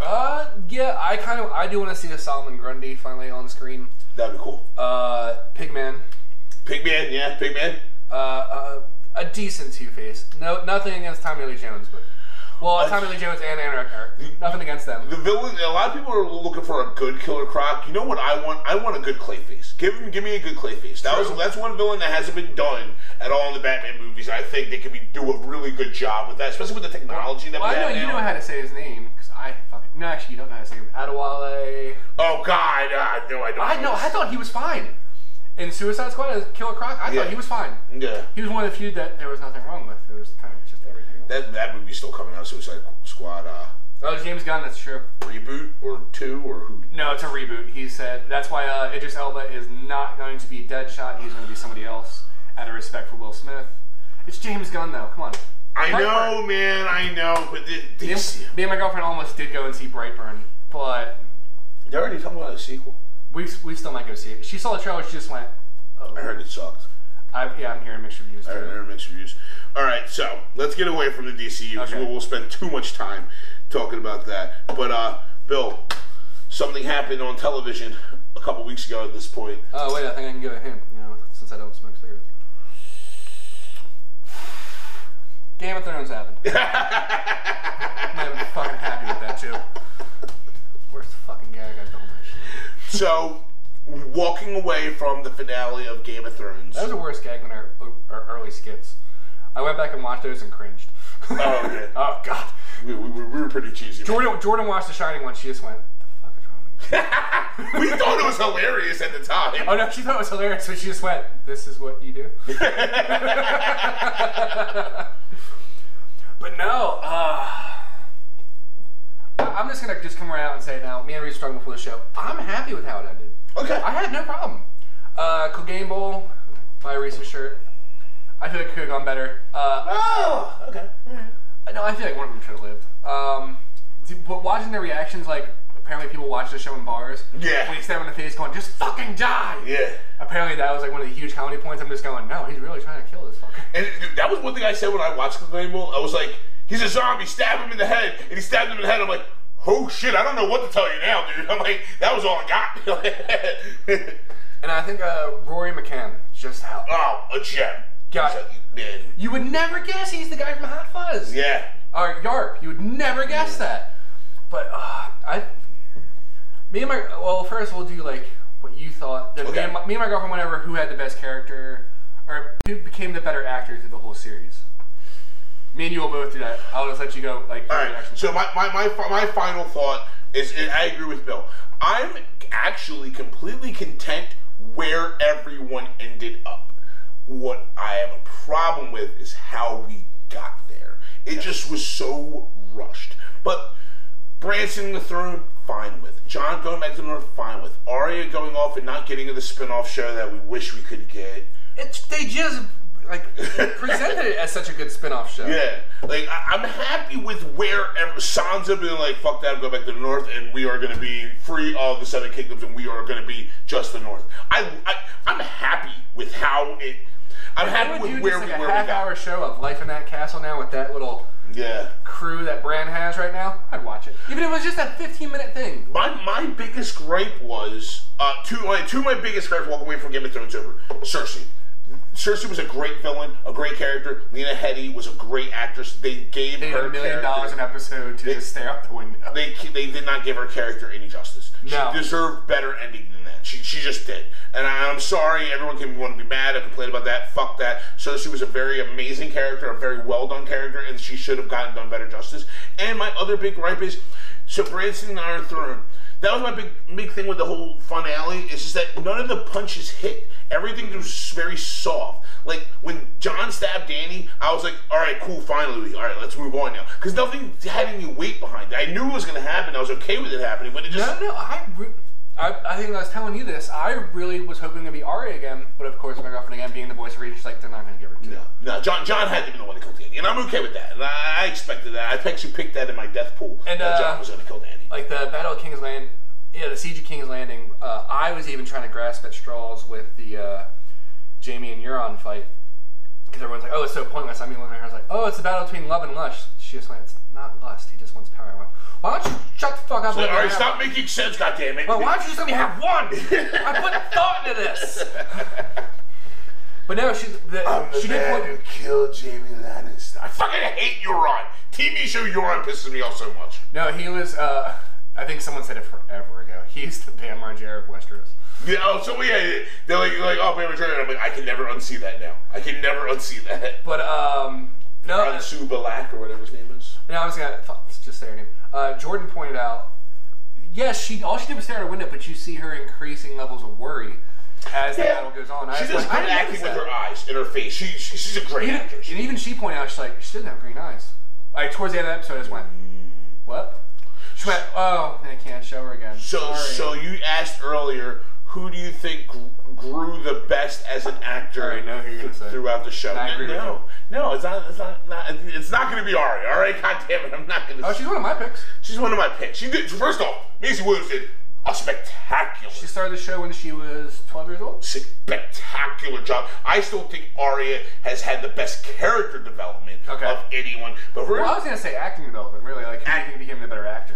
Uh, yeah, I kind of, I do want to see a Solomon Grundy finally on screen. That'd be cool. Uh, Pigman. Pigman, yeah, Pigman. Uh, uh a decent Two Face. No, nothing against Tommy Lee Jones, but well, Tommy Lee Jones and Anna Eckhart. Nothing against them. The villain. A lot of people are looking for a good Killer Croc. You know what I want? I want a good Clayface. Give him, give me a good Clayface. That was True. that's one villain that hasn't been done at all in the Batman movies. And I think they could be do a really good job with that, especially with the technology that Well, we I know have you now. know how to say his name because I fucking no, actually, you don't know how to say him. Adewale. oh God, ah, no, I don't. I know. I thought he was fine in Suicide Squad as Killer Croc. I Yeah. thought he was fine. Yeah, He was one of the few that there was nothing wrong with. It was kind of just everything. that that movie's still coming out. Suicide Squad uh, Oh, James Gunn. That's true. reboot or two or who? No, it's a reboot. He said that's why uh, Idris Elba is not going to be Deadshot. He's going to be somebody else out of respect for Will Smith. It's James Gunn, though. Come on. I Brightburn. know, man. I know, but they, they, Me and, me and my girlfriend almost did go and see Brightburn, but they're already talking about a sequel. we we still might go see it. She saw the trailer. She just went. Oh, I heard it sucked. I, yeah, I'm hearing mixed reviews. Too. All right, there are mixed reviews. All right, so let's get away from the DCU because Okay. we'll, we'll spend too much time talking about that. But uh, Bill, something happened on television a couple weeks ago. At this point, [laughs] Oh wait, I think I can give a hint. You know, since I don't smoke cigarettes. Game of Thrones happened. I'm not even fucking happy with that joke. Worst fucking gag I've done. That, shit. so walking away from the finale of Game of Thrones. that was the worst gag when our, our early skits. I went back and watched those and cringed. oh yeah. [laughs] Oh god. we, we, we were pretty cheesy. Jordan Jordan watched The Shining once. She just went. "The fuck is wrong with you?" we thought it was hilarious at the time. [laughs] Oh no, she thought it was hilarious, so she just went, "This is what [laughs] you do." but no, uh, I- I'm just gonna just come right out and say it now. Me and Reese were talking before the show. I'm happy with how it ended. Okay. I had no problem. Uh, Clegane Bowl by Reese's shirt. I feel like it could have gone better. Uh, Oh, okay. I know. I feel like one of them should have lived. Um, d- but watching their reactions, like apparently people watch the show in bars. Yeah. When he stabbed him in the face, going, "Just fucking die." Yeah. Apparently that was like one of the huge comedy points. I'm just going, no, he's really trying to kill this fucker. And dude, that was one thing I said when I watched Clayton Bowl. I was like, he's a zombie, stab him in the head. And he stabbed him in the head. I'm like, oh shit, I don't know what to tell you now, dude. [laughs] I'm like, that was all I got. [laughs] And I think uh, Rory McCann just out. oh, a gem. Got it. Man. You would never guess he's the guy from Hot Fuzz. Yeah. Or Yarp. You would never guess that. But uh, I, me and my well, first we'll do like what you thought. Then me, Okay. and my, me and my girlfriend went over who had the best character or who became the better actor through the whole series. Me and you will both do that. I'll just let you go. Like your All right. reaction. So my, my, my, fi- my final thought is, and I agree with Bill. I'm actually completely content where everyone ended up. What I have a problem with is how we got there. It just was so rushed. But Branson in the throne, fine with. John going back to the north, fine with. Arya going off and not getting the spin-off show that we wish we could get. It's, they just like [laughs] presented it as such a good spin-off show. Yeah, like I, I'm happy with where ev- Sansa being like, "Fuck that, I'm going back to the North, and we are going to be free of the Seven Kingdoms, and we are going to be just the North." I, I I'm happy with how it. I'm I happy would with do where just we like where we a half got. hour show of life in that castle now with that little Yeah. crew that Bran has right now. I'd watch it. Even if it was just that 15 minute thing. My my biggest gripe was uh, two my two of my biggest gripes walking away from Game of Thrones over Cersei. Cersei was a great villain, a great character. Lena Headey was a great actress. They gave They had her a million character- dollars an episode to just stay out the window. They they did not give her character any justice. No. She deserved better ending than that. She, she just did. And I, I'm sorry, everyone can want to be mad. I complained about that. Fuck that. Cersei was a very amazing character, a very well done character, and she should have gotten done better justice. And my other big gripe is, so Branson and Iron Throne. That was my big big thing with the whole finale. Is just that none of the punches hit. Everything was very soft. Like when John stabbed Danny, I was like, "All right, cool, finally. All right, let's move on now." Because nothing had any weight behind it. I knew it was going to happen. I was okay with it happening, but it just No, no, I, re- I, I think I was telling you this. I really was hoping to be Arya again, but of course, my girlfriend again being the voice of Reach, like they're not going to give her to. No, no. John John had to be the one to kill Danny, and I'm okay with that. And I, I expected that. I actually picked that in my death pool. And, that uh, John was going to kill Danny. Like the Battle of King's Land, yeah, the Siege of King's Landing. Uh, I was even trying to grasp at straws with the uh, Jamie and Euron fight because everyone's like, "Oh, it's so pointless." I mean, looking at her, I was like, "Oh, it's a battle between love and lust." She just went, "It's not lust. He just wants power." I went, "Why don't you shut the fuck up?" and All let me right, have stop one?" making sense, goddammit. Well, why don't you just let me have one? I put thought into this. But no, she the, she did point. killed Jamie Lannister. I fucking hate Euron. TV show Euron pisses me off so much. No, he was. Uh, I think someone said it forever ago. He's the Bam Margera of Westeros. Yeah, oh, so yeah, yeah, they're like, like oh, Baby Dragon. I'm like, I can never unsee that now. I can never unsee that. [laughs] But um, no, Ansu Balak or whatever his name is. no, I was gonna fuck, let's just say her name. Uh, Jordan pointed out. Yes, she all she did was stare out her window, but you see her increasing levels of worry as the Yeah. battle goes on. I She was does like, I great didn't acting notice with that. her eyes and her face. She, she she's a great Even- actress. and even she pointed out, she's like, she doesn't have green eyes. Like towards the end of the episode, I just went, Mm. what? She went, oh, and I can't show her again. So Sorry. so you asked earlier, who do you think gr- grew the best as an actor? All right, now who you're gonna say. throughout the show. And I agree with no, no, it's not. It's not. not it's not going to be Ari. All right, God damn it, I'm not going to. oh, she's one of my picks. she's one of my picks. She did. First off, Maisie Williams did a spectacular. She started the show when she was 12 years old. spectacular job. I still think Arya has had the best character development Okay. of anyone. But we're, Well, I was gonna say acting development, really. Like, how do you think became the better actor?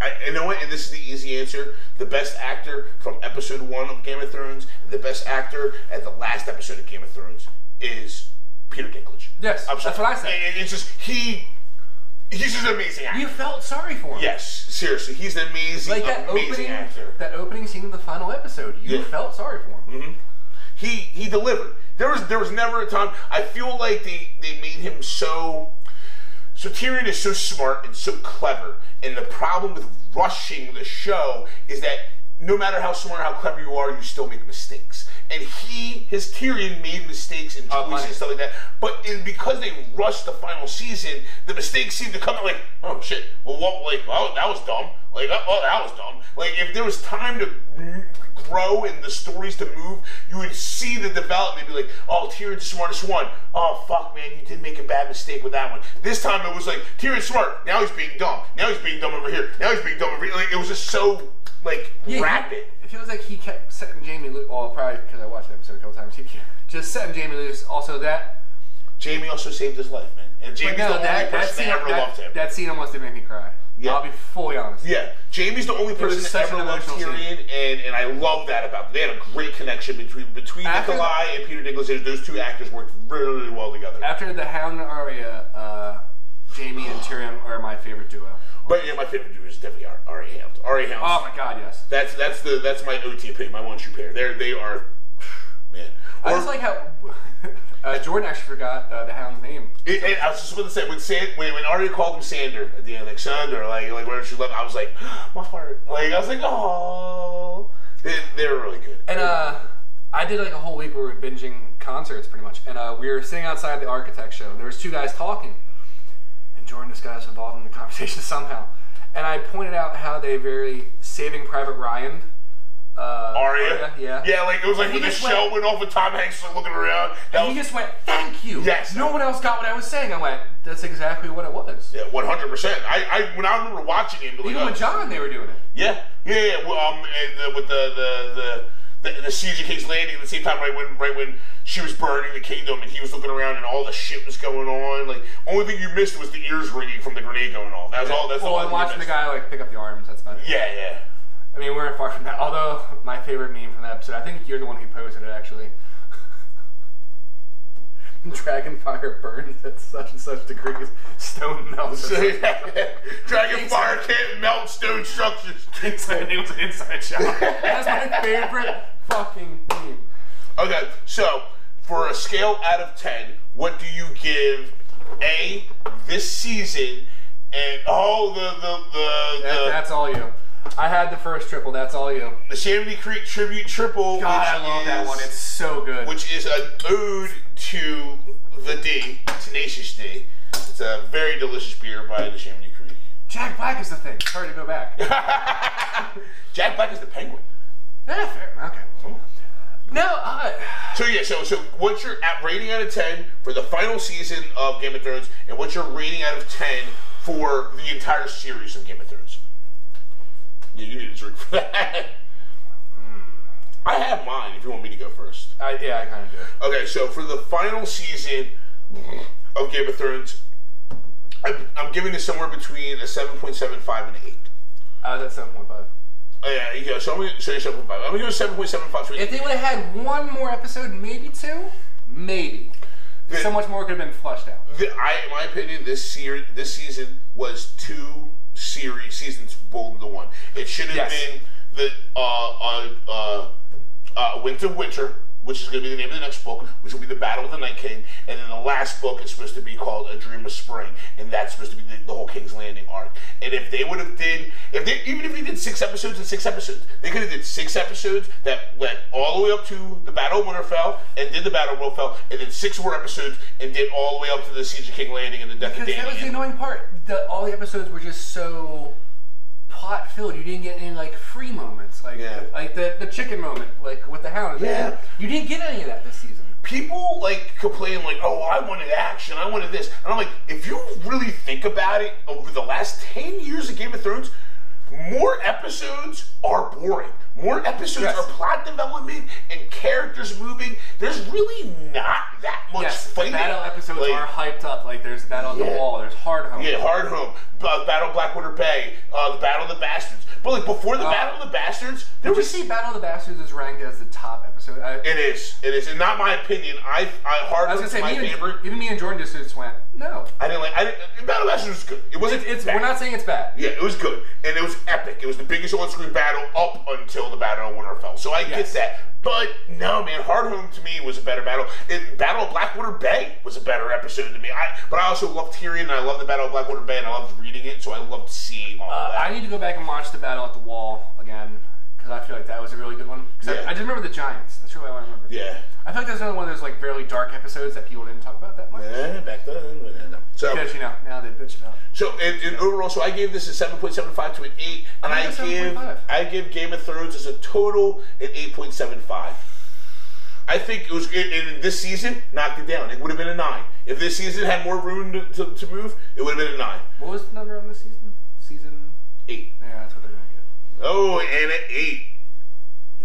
I, you know what? And this is the easy answer: the best actor from episode one of Game of Thrones, the best actor at the last episode of Game of Thrones is Peter Dinklage. Yes, I'm sorry. that's what I said. And- and It's just he. He's just an amazing actor. You felt sorry for him. Yes, seriously, he's an amazing, Like that amazing opening, actor. that opening scene of the final episode. You Yeah. Mm-hmm. felt sorry for him. he he delivered. There was there was never a time I feel like they they made him so so Tyrion is so smart and so clever, and the problem with rushing the show is that no matter how smart, how clever you are, you still make mistakes. And he, his Tyrion, made mistakes and Oh, choices my. and stuff like that. But in, because they rushed the final season, the mistakes seemed to come out like, oh shit, well, what, like, oh, that was dumb. Like, oh, oh, that was dumb. Like, if there was time to mm, grow and the stories to move, you would see the development and be like, oh, Tyrion's the smartest one. Oh, fuck, man, you did make a bad mistake with that one. This time it was like, Tyrion's smart. Now he's being dumb. Now he's being dumb over here. Now he's being dumb over here. Like, it was just so, like, he- rapid. It feels like he kept setting Jamie loose. Well, probably because I watched the episode a couple times. He kept just setting Jamie loose. Also, that Jamie also saved his life, man. And Jamie's no, the only that that person scene that ever that, loved him. that scene almost did make me cry. Yeah. I'll be fully honest. Yeah, Jamie's the only person was that such ever an loved emotional Tyrion, and, and I love that about them. They had a great connection between between After- Nikolai and Peter Dinklage. Those two actors worked really, really well together. After the Hound and Arya, uh, Jamie and Tyrion are my favorite duo. But yeah, my favorite dude is definitely Ar- Ari Hound. Ari Hound. Oh my god, yes. that's that's the that's my OTP, my one shoe pair. They're they are, [sighs] man. I Or- just like how [laughs] uh, Jordan actually forgot uh, the hound's name. It, it- I was just about to say when San, when, when Arya called him Sander at the end, like Sander, like like where she left, I was like, [gasps] my heart. Like I was like, oh, they they were really good. And uh, I did like a whole week where we were binging concerts pretty much. And uh, we were sitting outside the architect show. And there was two guys talking. And Jordan just got us involved in the [laughs] conversation somehow. And I pointed out how they very Saving Private Ryan. Uh, Aria. Yeah. Yeah, like it was like he when the just shell went off and Tom Hanks was looking around. That And he was just went, thank you. Yes. No one else got what I was saying. I went, that's exactly what it was. yeah, one hundred percent. I, I when I remember watching him, like, Even oh, with John, they were doing it. yeah, yeah, yeah. Well, um, and the, with the the the. The, the siege of King's Landing at the same time, right when right when she was burning the kingdom, and he was looking around, and all the shit was going on. Like only thing you missed was the ears ringing from the grenade going off. That was all. Oh, That's well, all. I'm watching the guy like pick up the arms. That's about it. Yeah, yeah. [laughs] I mean, we weren't far from that. Although my favorite meme from that episode, I think you're the one who posted it actually. [laughs] Dragonfire burns at such and such degrees. Stone melts. Dragon fire can't melt stone structures. [laughs] [laughs] Inside, it was an inside shot. That's my favorite fucking theme. Okay, so for a scale out of 10, what do you give A, this season, and oh, the, the, That, Uh, the, the, that's all you. I had the first triple. That's all you. the Shandy Creek Tribute Triple? God, I which love that is- one. It's so good. which is an ode to the D, Tenacious D. It's a very delicious beer by the Chamonix Creek. Jack Black is the thing. Sorry to go [laughs] back. [laughs] Jack Black is the penguin. Yeah, fair. Okay. No, I, So yeah, so so what's your at rating out of ten for the final season of Game of Thrones, and what's your rating out of ten for the entire series of Game of Thrones? Yeah, you need a drink for that. [laughs] Hmm. I have mine. If you want me to go first. I yeah, I kind of do. Okay, so for the final season of Game of Thrones, I'm, I'm giving this somewhere between a 7.75 and 8. Uh, that's seven point five. Oh, yeah, you go. So I'm going to show you 7.5. I'm going to give it 7.75. for If the- they would have had one more episode, maybe two, maybe. So much more could have been flushed out. the- I, in my opinion, this seer, this season was two series seasons rolled into one. It should have Yes. been the uh, uh, uh, uh, Winter Winter, which is going to be the name of the next book, which will be the Battle of the Night King, and then the last book is supposed to be called A Dream of Spring, and that's supposed to be the, the whole King's Landing arc. And if they would have did, if they even if they did six episodes and six episodes, they could have did six episodes that went all the way up to the Battle of Winterfell and did the Battle of Winterfell, and then six more episodes and did all the way up to the Siege of King Landing and the death of Because Danny. that was the and- annoying part. The, all the episodes were just so plot filled. You didn't get any like free moments, like Yeah. like the, the chicken moment, like with the hound. at the Yeah. end. you didn't get any of that this season. people like complain like oh i wanted action i wanted this and i'm like if you really think about it over the last 10 years of game of thrones more episodes are boring more episodes Yes. are plot development and characters moving there's really not that much yes, the fighting battle episodes Like, are hyped up. Like there's battle on Yeah. the wall. There's hard home. yeah, Hard Home, uh, Battle of Blackwater Bay, uh, the Battle of the Bastards. But like before the Battle of the Bastards, there Did you was see Battle of the Bastards Uh, is ranked as the top episode? I, it is, it is, and not my opinion. I, I Hard I was Home's gonna say my me favorite. and, even me and Jordan just, just went no. I didn't like. I didn't, Battle of the Bastards was good. It wasn't. It's, it's bad. we're not saying it's bad. Yeah, it was good, and it was epic. It was the biggest on-screen battle up until the Battle of Winterfell. So I get Yes. that, but no, man, Hardhome to me was a better battle. And battle of Blackwater Bay was a better episode to me. I, but I also loved Tyrion, and I loved the Battle of Blackwater Bay, and I loved reading it, so I loved seeing all Uh, of that. I need to go back and watch the battle at the wall again because I feel like that was a really good one. 'Cause Yeah. I, I just remember the giants. That's really all I remember. yeah. I feel like there's another one of those like fairly dark episodes that people didn't talk about that much. back then. So, uh, Because you know now they bitch about. so and, and overall, so I gave this a seven point seven five to an eight, and I I gave it give 7.5. I give Game of Thrones as a total an eight point seven five. I think it was it, it, this season knocked it down. It would have been a nine if this season had more room to, to, to move. It would have been a nine, What was the number on the season? Season. eight. Yeah, that's what they're gonna get. Oh, and an eight.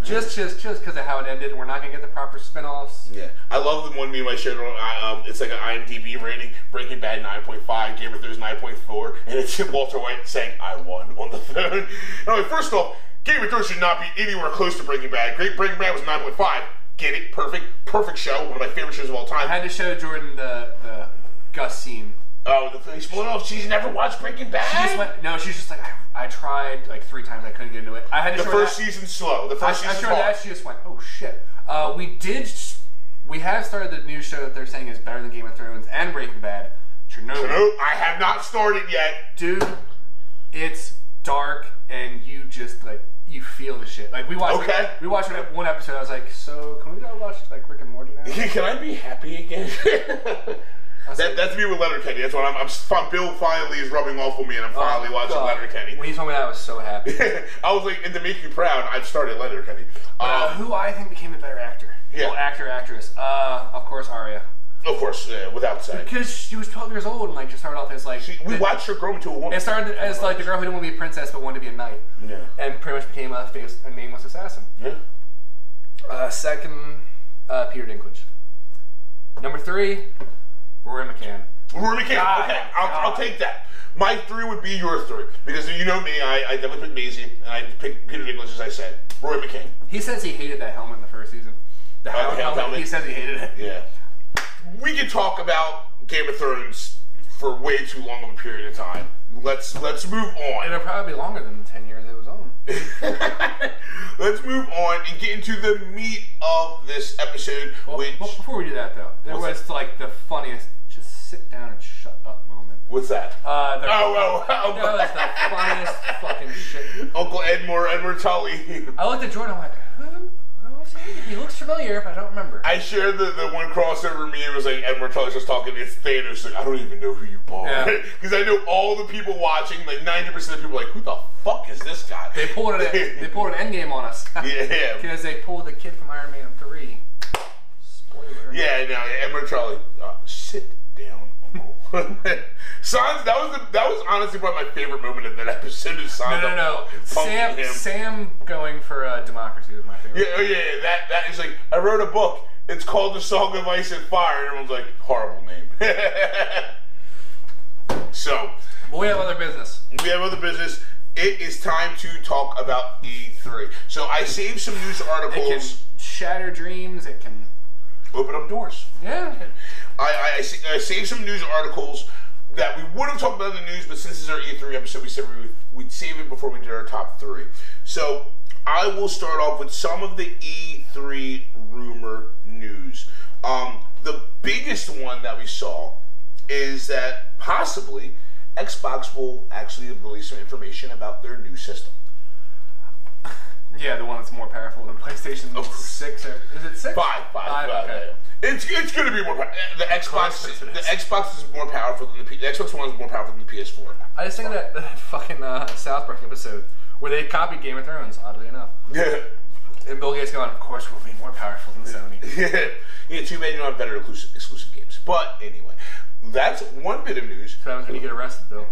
Just, just, just because of how it ended, we're not gonna get the proper spin-offs. Yeah, I love the one meme I shared on. I, um, it's like an IMDb rating. Breaking Bad nine point five, Game of Thrones nine point four, and it's [laughs] Walter White saying "I won" on the [laughs] phone. No, wait, first off, Game of Thrones should not be anywhere close to Breaking Bad. Great Breaking Bad was nine point five. Get it? Perfect, perfect show. One of my favorite shows of all I time. had to show Jordan the the Gus scene. Oh, the they split off. She's never watched Breaking Bad. She just went. No, she's just like I, I tried like three times. I couldn't get into it. I had to the show her first that. season's slow. The I, I first season's showed her hard. that. She just went, oh shit. Uh, we did. s- We have started the new show that they're saying is better than Game of Thrones and Breaking Bad. Chernobyl. No, I have not started yet. dude, it's dark and you just like you feel the shit. Like we watched like, Okay. we watched one episode, I was like, so can we go watch like Rick and Morty now? Can I be happy again? like- [laughs] that, that's me with Letterkenny. That's what I'm, I'm. fi- Bill finally is rubbing off on me, and I'm finally watching God. Letterkenny. When you told me that I was so happy. [laughs] I was like, and to make you proud, I've started Letterkenny. Uh, Um, who I think became a better actor. Yeah. Well actor, actress. Uh of course Arya. of course, yeah, without [laughs] saying. Because she was twelve years old and like just started off as like She- We the- watched her grow into a woman. it started as like the girl who didn't want to be a princess but wanted to be a knight. Yeah. And pretty much became a, famous, a nameless assassin. Yeah. Uh, second, uh, Peter Dinklage. Number three, Rory McCann. Rory McCann. God, okay, I'll, I'll God. take that. My three would be your three because you know me. I, I definitely picked Maisie, and I picked Peter Dinklage as I said. Rory McCann. He says he hated that helmet in the first season. Oh, the The hound hound helmet. helmet. He says he hated it. Yeah. we could talk about Game of Thrones for way too long of a period of time. Let's let's move [laughs] It'll on. probably be longer than the 10 years it was on. let's move on and get into the meat of this episode, Well, which but before we do that, though, there What's was like the funniest "just sit down and shut up" moment. what's that? Uh, the, Oh, [laughs] oh, that was the funniest fucking shit. Uncle Edmore Edward [laughs] Tully. I looked at Jordan, I'm like, who? Who was he? He looks familiar, but I don't remember. I shared the, the one crossover me. It was like Edward Tully's just talking. It's Thanos. Like I don't even know who you are [laughs] Yeah. because I know all the people watching. Like ninety percent of people are like who the fuck is this guy? they [laughs] pulled it. yeah, They pulled an endgame on us yeah, because they pulled the kid from Iron Man 3. Spoiler. yeah. No, Edward Tully. Uh, sit down, Uncle. [laughs] Sans. That was the, that was honestly probably my favorite moment of that [laughs] episode. Is No, Sans no, no. punking Sam, him. Sam going for uh, democracy was my favorite. Yeah, oh, yeah, yeah, that that is like I wrote a book. It's called The Song of Ice and Fire. And everyone's like, horrible name. [laughs] so But we have other business. we have other business. It is time to talk about E3. So I saved some news It can articles. shatter dreams. It can. Open up doors. Yeah. I, I, I sa- I saved some news articles that we would have talked about in the news, but since this is our E3 episode, we said we would, we'd save it before we did our top three. So I will start off with some of the E3 rumor news. Um, the biggest one that we saw is that possibly Xbox will actually release some information about their new system. Yeah, the one that's more powerful [laughs] than PlayStation Six. Or, is it six? Five, five, Five, five, okay. yeah. It's, it's going to be more. pow- The Xbox, course it the is. Xbox is more powerful than the, P- the Xbox One is more powerful than the PS4. I just think of that, that fucking uh, South Park episode where they copied Game of Thrones, oddly enough. Yeah. [laughs] And Bill Gates going, of course we'll be more powerful than Sony. yeah, too bad you don't have better exclusive, exclusive games. But anyway, that's one bit of news. That was when you get arrested, Bill.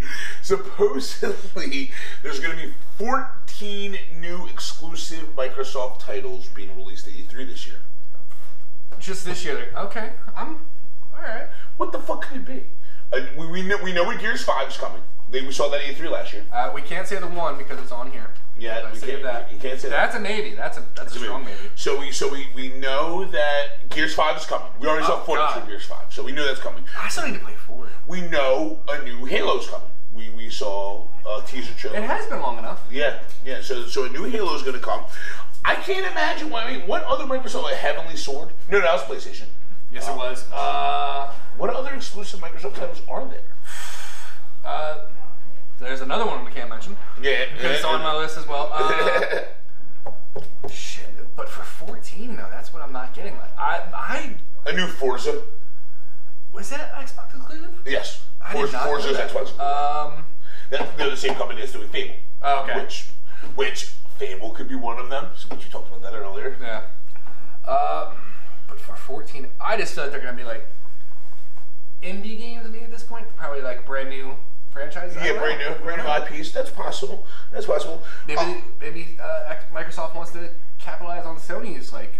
[laughs] Supposedly, there's going to be 14 new exclusive Microsoft titles being released at E3 this year. Just this year, they're, okay, I'm all right. What the fuck could it be? Uh, we, we, know, we know when Gears 5 is coming. They, we saw that at E3 last year. Uh, we can't say the one because it's on here. Yeah, But we save can't, that. you can't say that. That's a navy. That's a that's, a I mean, strong navy. So we so we, we know that Gears 5 is coming. We already saw Oh, footage God. from Gears 5, so we know that's coming. I still need to play four. We know a new Halo's coming. We, we saw a teaser trailer. It has been long enough. Yeah, yeah. So, so a new Halo is going to come. I can't imagine. Why, I mean, what other Microsoft? Like Heavenly Sword? No, no, that was PlayStation. Yes, it was. Uh, What other exclusive Microsoft titles are there? Uh, there's another one we can't mention. Yeah, It's on my list as well. [laughs] Uh, shit, but for 14 though, that's what I'm not getting. Like, I I a new Forza. was that Xbox exclusive? Yes, I did Forza, not know Forza is that. Xbox. Um. That- they're the same company that's doing Fable. oh, okay. Which, which Fable could be one of them. So, but you talked about that earlier. Yeah. Uh, but for 14, I just feel like they're gonna be like indie games. Maybe at this point, probably like brand new franchises. I Yeah, don't brand know. new, brand new IPs. That's possible. That's possible. Maybe Uh, maybe uh, X- Microsoft wants to capitalize on Sony's like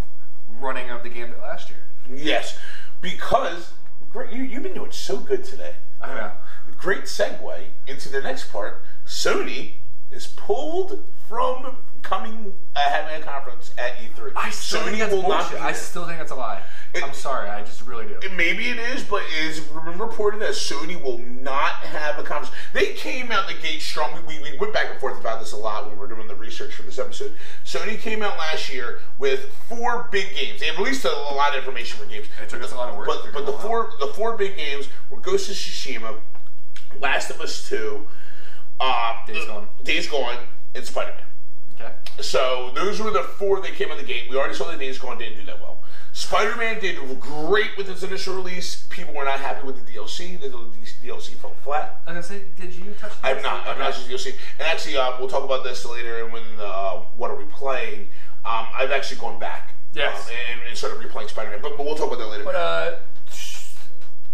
running of the gambit last year. yes, because Greg, you, you've been doing so good today. I don't know. great segue into the next part. Sony is pulled from coming uh, having a conference at E3. I still Sony think that's will not be bullshit. I there. still think that's a lie. I'm sorry. I just really do. Maybe it is, but it is reported that Sony will not have a conference. They came out the gate strong. We, we, we went back and forth about this a lot when we were doing the research for this episode. Sony came out last year with four big games. They released a, a lot of information for games. it took us a lot of work. to But but figure the it out. four the four big games were Ghost of Tsushima, Last of Us Two, uh, Days Gone. Days Gone, and Spider Man. Okay. So those were the four that came in the gate. We already saw that Days Gone didn't do that well. Spider Man did great with its initial release. People were not happy with the DLC. The DLC fell flat. I was gonna say, did you touch? I'm not. I'm not just DLC. And actually, uh, we'll talk about this later. And when the uh, what are we playing? Um, I've actually gone back. Yes. um, and, and started replaying Spider Man, but, but we'll talk about that later. But uh, sh-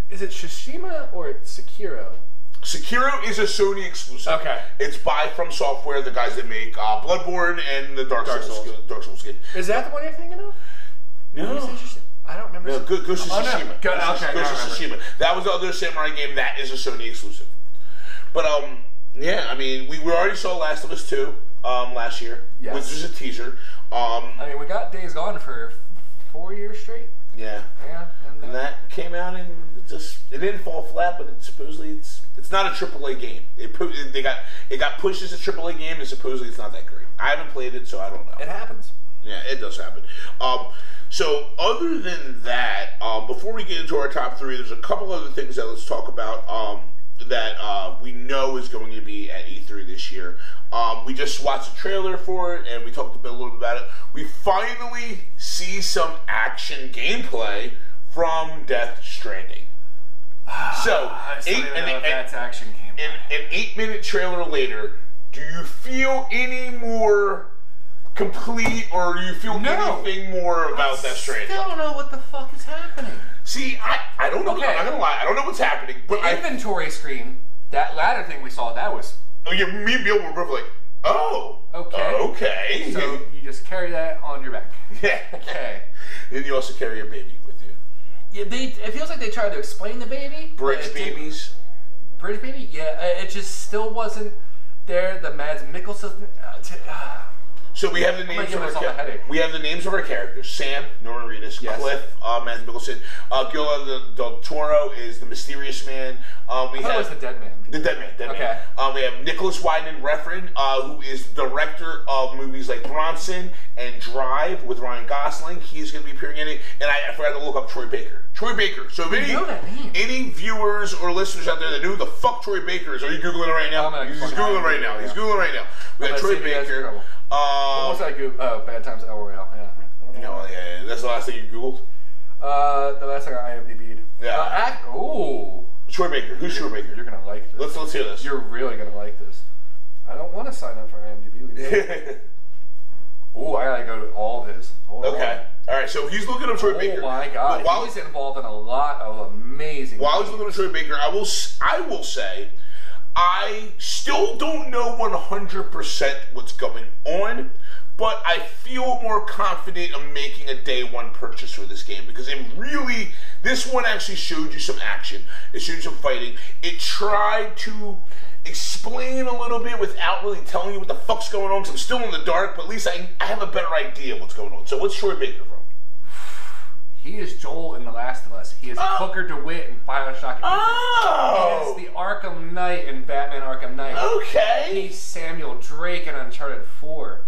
is it Shishima or Sekiro? Sekiro is a Sony exclusive. Okay. It's by From Software, the guys that make uh, Bloodborne and the Dark, Dark Souls, Souls. Dark Souls game. Is that the one you're thinking of? You said Shish- I don't remember. No, Go- Ghost of Oh, no. Tsushima. Go- Ghost of- okay, Ghost now I of Tsushima. That was the other samurai game. That is a Sony exclusive. But um, yeah, I mean, we, we already saw Last of Us two um last year, Yes. which was a teaser. Um, I mean, we got Days Gone for four years straight. Yeah. Yeah, and, And then that came out and it just it didn't fall flat, but it supposedly it's it's not a AAA game. It pu- it- they got it got pushed as a AAA game, and supposedly it's not that great. I haven't played it, so I don't know. it happens. Yeah, it does happen. Um, so other than that, um, before we get into our top three, there's a couple other things that let's talk about um, that uh, we know is going to be at E3 this year. Um, we just watched a trailer for it, and we talked a, bit, a little bit about it. We finally see some action gameplay from Death [sighs] Stranding. So, I still eight, don't even and, know and, if that's action game. and an eight minute trailer later, do you feel any more complete or do you feel No. anything more about that strand? Still don't know what the fuck is happening. See, I, I don't know. Okay. I'm not gonna lie. I don't know what's happening. But I, Inventory screen. That latter thing we saw, that was I mean, me and Bill were both like, oh, Okay. okay. so you just carry that on your back. [laughs] yeah. [laughs] Okay. Then you also carry a baby with you. Yeah, they, it feels like they tried to explain the baby. but Bricks Uh, it didn't- babies. British baby. Yeah, uh, it just still wasn't there. The Mads Mikkelsen. Uh, t- uh, So we have the gonna names give of our myself a cha- headache. we have the names of our characters: Sam, Norman Reedus, Yes. Cliff, uh, Mads Mikkelsen, uh, Guillermo del- del Toro is the mysterious man. Um, we I thought it have was the dead man. The Dead Man. Dead Man. Okay. Um, we have Nicholas Wyden Refn, uh, who is director of movies like Bronson and Drive with Ryan Gosling. He's going to be appearing in it. And I, I forgot to look up Troy Baker. Troy Baker. So if any, know that name. any viewers or listeners out there that knew who the fuck Troy Baker is, are you googling it right now? I'm gonna He's fucking- googling right now. He's googling right now. We got gonna Troy save you guys Baker. trouble. Um, What's that? Go- oh, bad times El Royale. Yeah. no, yeah, yeah, that's the last thing you googled. Uh, the last thing I IMDb'd. Yeah. Uh, act- Ooh. Troy Baker. Who's Troy You're Baker? gonna like this. Let's let's hear this. You're really gonna like this. I don't want to sign up for IMDb. [laughs] leave me alone. Ooh, I gotta go to all of his. [laughs] Hold okay. on. All right. So he's looking up Troy Baker. Oh my god. But While he's involved in a lot of amazing. While I was looking at Troy Baker, I will s- I will say I still don't know 100% what's going on, but I feel more confident of making a day one purchase for this game because it really this one actually showed you some action. It showed you some fighting. It tried to explain a little bit without really telling you what the fuck's going on because I'm still in the dark, but at least I, I have a better idea of what's going on. So what's Troy Baker from? He is Joel in The Last of Us. He is Hooker DeWitt in Bioshock. Oh! He is the Arkham Knight in Batman Arkham Knight. okay. He's Samuel Drake in Uncharted 4.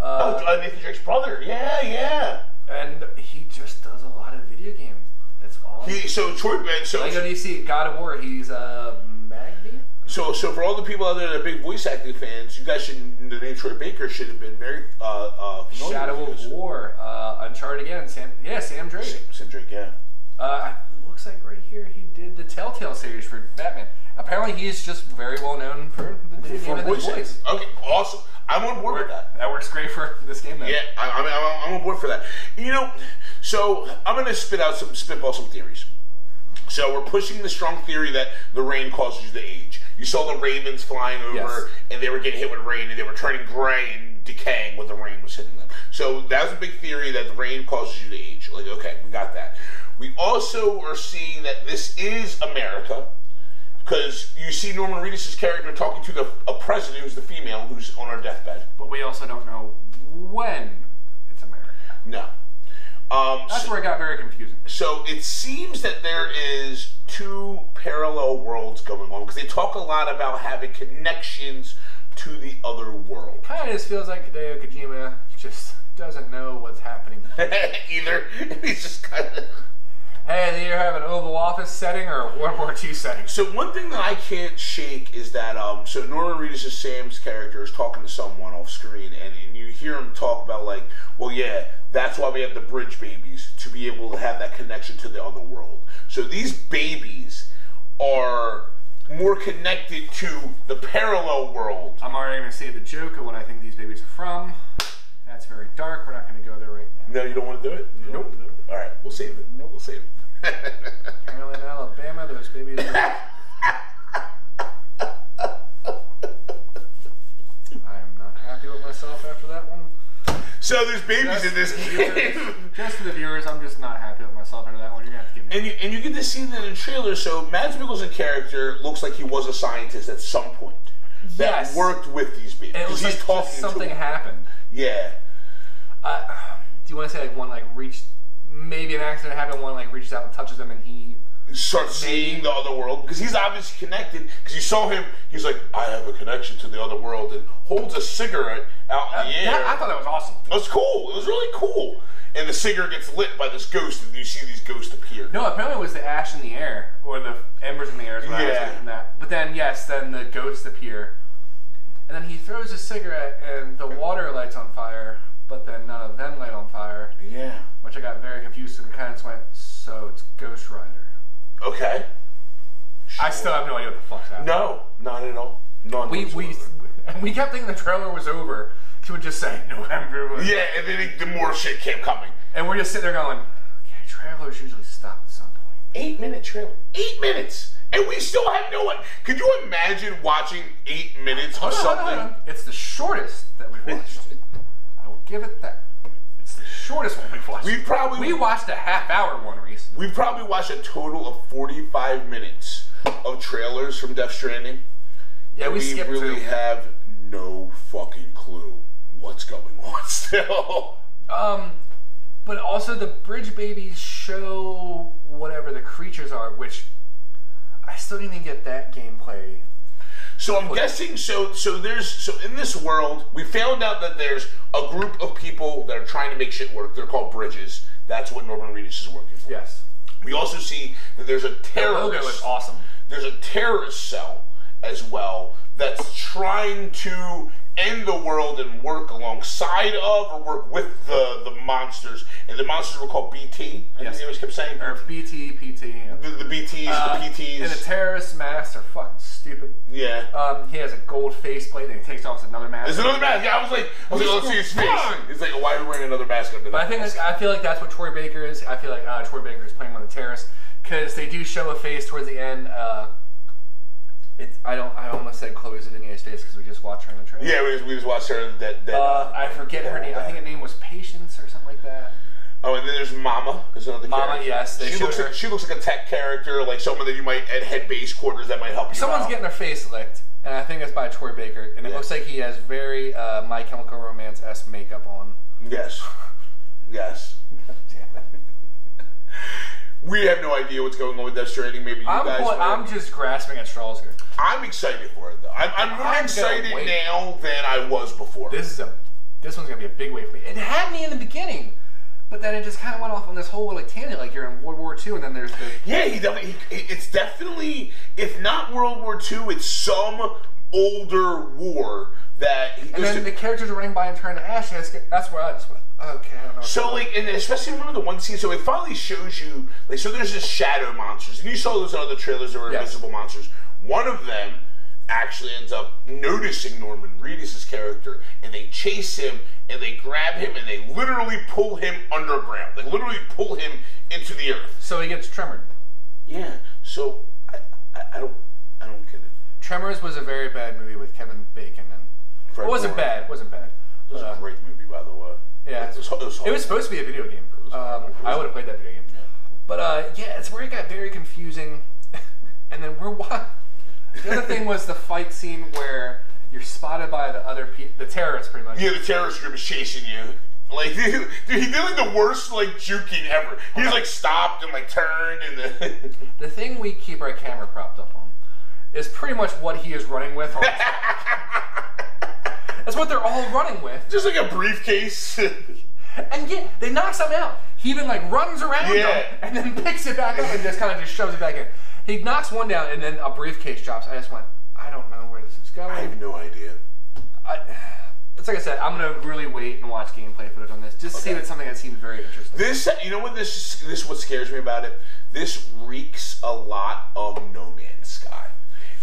Uh, Oh, uh, Nathan Drake's brother. Yeah, yeah. And he just does a lot of video games. That's all. He, so Troy Ben. Lego So, DC, God of War, he's uh, Magni? so so for all the people out there that are big voice acting fans, you guys should the name Troy Baker should have been very uh, uh, familiar Shadow with of this. War, uh, Uncharted again, Sam. Yeah, Sam Drake. Said Drake, yeah. Uh, looks like right here he did the Telltale series for Batman. Apparently, he's just very well known for the video game For and his voice voice. acting. Okay, awesome. I'm on board with that. That works great for this game, then. Yeah, I, I'm, I'm, I'm on board for that. You know, so I'm gonna spit out some spitball some theories. So we're pushing the strong theory that the rain causes you to age. You saw the ravens flying over, Yes. and they were getting hit with rain, and they were turning gray and decaying when the rain was hitting them. So that was a big theory that the rain causes you to age. Like, okay, we got that. We also are seeing that this is America. Because you see Norman Reedus' character talking to the, a president who's the female who's on her deathbed. But we also don't know when it's America. No. Um, That's so- where it got very confusing. So it seems that there is two parallel worlds going on because they talk a lot about having connections to the other world. [laughs] Kind of just feels like Hideo Kojima just doesn't know [laughs] what's happening. Either [laughs] it's just kind of. hey, do you have an Oval Office setting or a World War II setting? So one thing that I can't shake is that um. So Norman Reedus is Sam's character is talking to someone off screen, and, and you hear him talk about like, well, yeah, that's why we have the bridge babies to be able to have that connection to the other world. So these babies are more connected to the parallel world. I'm already going to say the joke of what I think these babies are from. That's very dark. We're not going to go there right now. No, you don't want to do it. Nope. All right, we'll save it. No, we'll save it. Apparently in Alabama, those babies are. I am not happy with myself after that one. so there's babies in this game. [laughs] Just for the viewers, I'm just not happy with myself after that one. You're going to have to give me. And you, and you get to see that in the trailer. So Mads Mikkelsen character looks like he was a scientist at some point that Yes. worked with these people. It was he's like talking just to something them. happened. Yeah. Uh, do you want to say like one like reached maybe an accident happened. One like reaches out and touches him, and he start seeing the other world because he's obviously connected. Because you saw him, he's like, I have a connection to the other world, and holds a cigarette out in the air. That- Uh, I thought that was awesome. it was cool. It was really cool. And the cigarette gets lit by this ghost, and you see these ghosts appear. No, apparently it was the ash in the air or the embers in the air. Is what I was Yeah. thinking that. But then yes, then the ghosts appear, and then he throws a cigarette, and the water lights on fire. But then none of them light on fire, Yeah. which I got very confused and kind of just went, so it's Ghost Rider. Okay. I still have no idea what the fuck's happening. No, not at all. None. we [laughs] we whatsoever. and we kept thinking the trailer was over. She would just say November, was-" Yeah, and then it, the more shit kept coming. and we're just sitting there going, okay, trailers usually stop at some point. Eight minute trailer. Eight minutes, and we still have no one. Could you imagine watching eight minutes of Hold on, hold on, something? hold on. It's the shortest that we've watched. I will give it that. It's the shortest one we've watched. We probably we watched a half hour one, Reese. We probably watched a total of 45 minutes of trailers from Death Stranding. Yeah, we, skipped really two. have no fucking clue what's going on [laughs] still. Um, but also the Bridge Babies show whatever the creatures are, which I still didn't even get that gameplay. So I'm guessing so so there's so in this world we found out that there's a group of people that are trying to make shit work. They're called bridges. That's what Norman Reedus is working for. Yes, We also see that there's a the terrorist. logo is awesome. there's a terrorist cell as well that's trying to end the world and work alongside of or work with the, the monsters. And the monsters were called BT. I think Yes. they always kept saying Or BT, PT, yeah. the, the BTs, Uh, the PTs. and the terrorist masks are fucking stupid. yeah. Um, he has a gold faceplate and he takes off another mask. There's another mask. Yeah, I was like, I was like, let's see his face. It's like, why are we wearing another mask under But I that? think that's, I feel like that's what Troy Baker is. I feel like uh, Troy Baker is playing on the terrace because they do show a face towards the end. Uh, it, I don't. I almost said Chloe Zavigny's face because we just watched her in the trailer. yeah, we just, we just watched her in that. that Uh, I forget her name. I think her name was Patience or something like that. oh, and then there's Mama. There's another Mama, character. yes, she they showed looks her. like she looks like a tech character, like someone that you might at head base quarters that might help you. Someone's out. getting their face licked, and I think it's by Troy Baker. And it Yeah. looks like he has very uh, My Chemical Romance s makeup on. Yes. Yes. We have no idea what's going on with Death Stranding. Maybe you I'm, guys. going- will. I'm just grasping at straws here. I'm excited for it though. I'm, I'm more I'm gonna excited wait. now than I was before. this is a this one's gonna be a big wave for me. It had me in the beginning, but then it just kind of went off on this whole like tangent, like you're in World War II, and then there's the yeah, he definitely. he- It's definitely, if not World War II, it's some older war that. He and goes then to- the characters are running by and turning to ash. and it's- That's where I just went, okay, I don't know. So like, and especially remember the one scene. So it finally shows you like, so there's this shadow monsters, and you saw those other trailers that were Yes. invisible monsters. One of them actually ends up noticing Norman Reedus's character, and they chase him, and they grab him, and they literally pull him underground. They literally pull him into the earth. so he gets tremored. Yeah. So I, I, I don't, I don't get it. Tremors was a very bad movie with Kevin Bacon, and Fred it wasn't Warren. bad. It wasn't bad. It was Uh, a great movie, by the way. yeah. It was. It was, It was supposed to be a video game. Um, I would have played that video game. But uh, yeah, it's where it got very confusing. [laughs] and then we're what? The other thing was the fight scene where you're spotted by the other pe- the terrorists, pretty much. Yeah, the terrorist group is chasing you. Like, [laughs] dude, dude, he did like the worst like juking ever. He just like stopped and like turned and then [laughs] The thing we keep our camera propped up on is pretty much what he is running with. On [laughs] That's what they're all running with. just like a briefcase. [laughs] And yet they knock something out. He even like runs around Yeah. them and then picks it back up and just kind of just shoves it back in. He knocks one down and then a briefcase drops. I just went, I don't know where this is going. I have no idea. I, it's like I said, I'm gonna really wait and watch gameplay footage on this, just to see if it's something that seems very interesting. This, you know what this this is what scares me about it. This reeks a lot of No Man's Sky,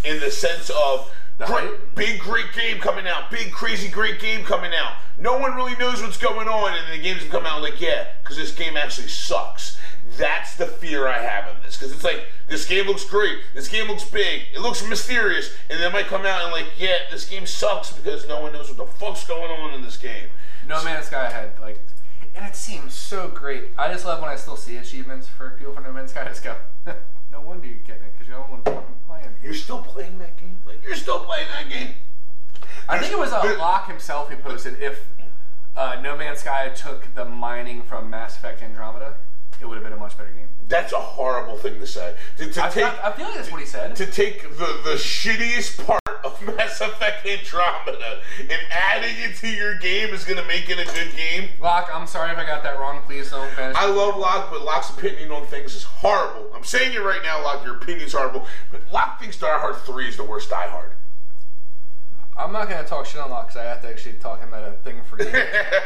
in the sense of great, hype? big great game coming out, big crazy great game coming out. No one really knows what's going on, and the games come out like yeah, because this game actually sucks. That's the fear I have of this, because it's like this game looks great, this game looks big, it looks mysterious, and then it might come out and like yeah, this game sucks because no one knows what the fuck's going on in this game. No Man's Sky had like, and it seems so great. I just love when I still see achievements for people from No Man's Sky. [laughs] I just go, no wonder you're getting it because you're the only one fucking playing. You're still playing that game? Like you're still playing that game? I think it was uh, Locke himself who posted if uh, No Man's Sky took the mining from Mass Effect Andromeda. it would have been a much better game. That's a horrible thing to say. To, to I, take I, I feel like that's what he said. to take the, the shittiest part of [laughs] Mass Effect Andromeda and adding it to your game is gonna make it a good game. Locke, I'm sorry if I got that wrong. Please don't banish. I love Locke, but Locke's opinion on things is horrible. I'm saying it right now, Locke, your opinion's horrible. But Locke thinks Die Hard 3 is the worst Die Hard. [laughs] I'm not gonna talk shit on Locke because I have to actually talk him at a thing for you.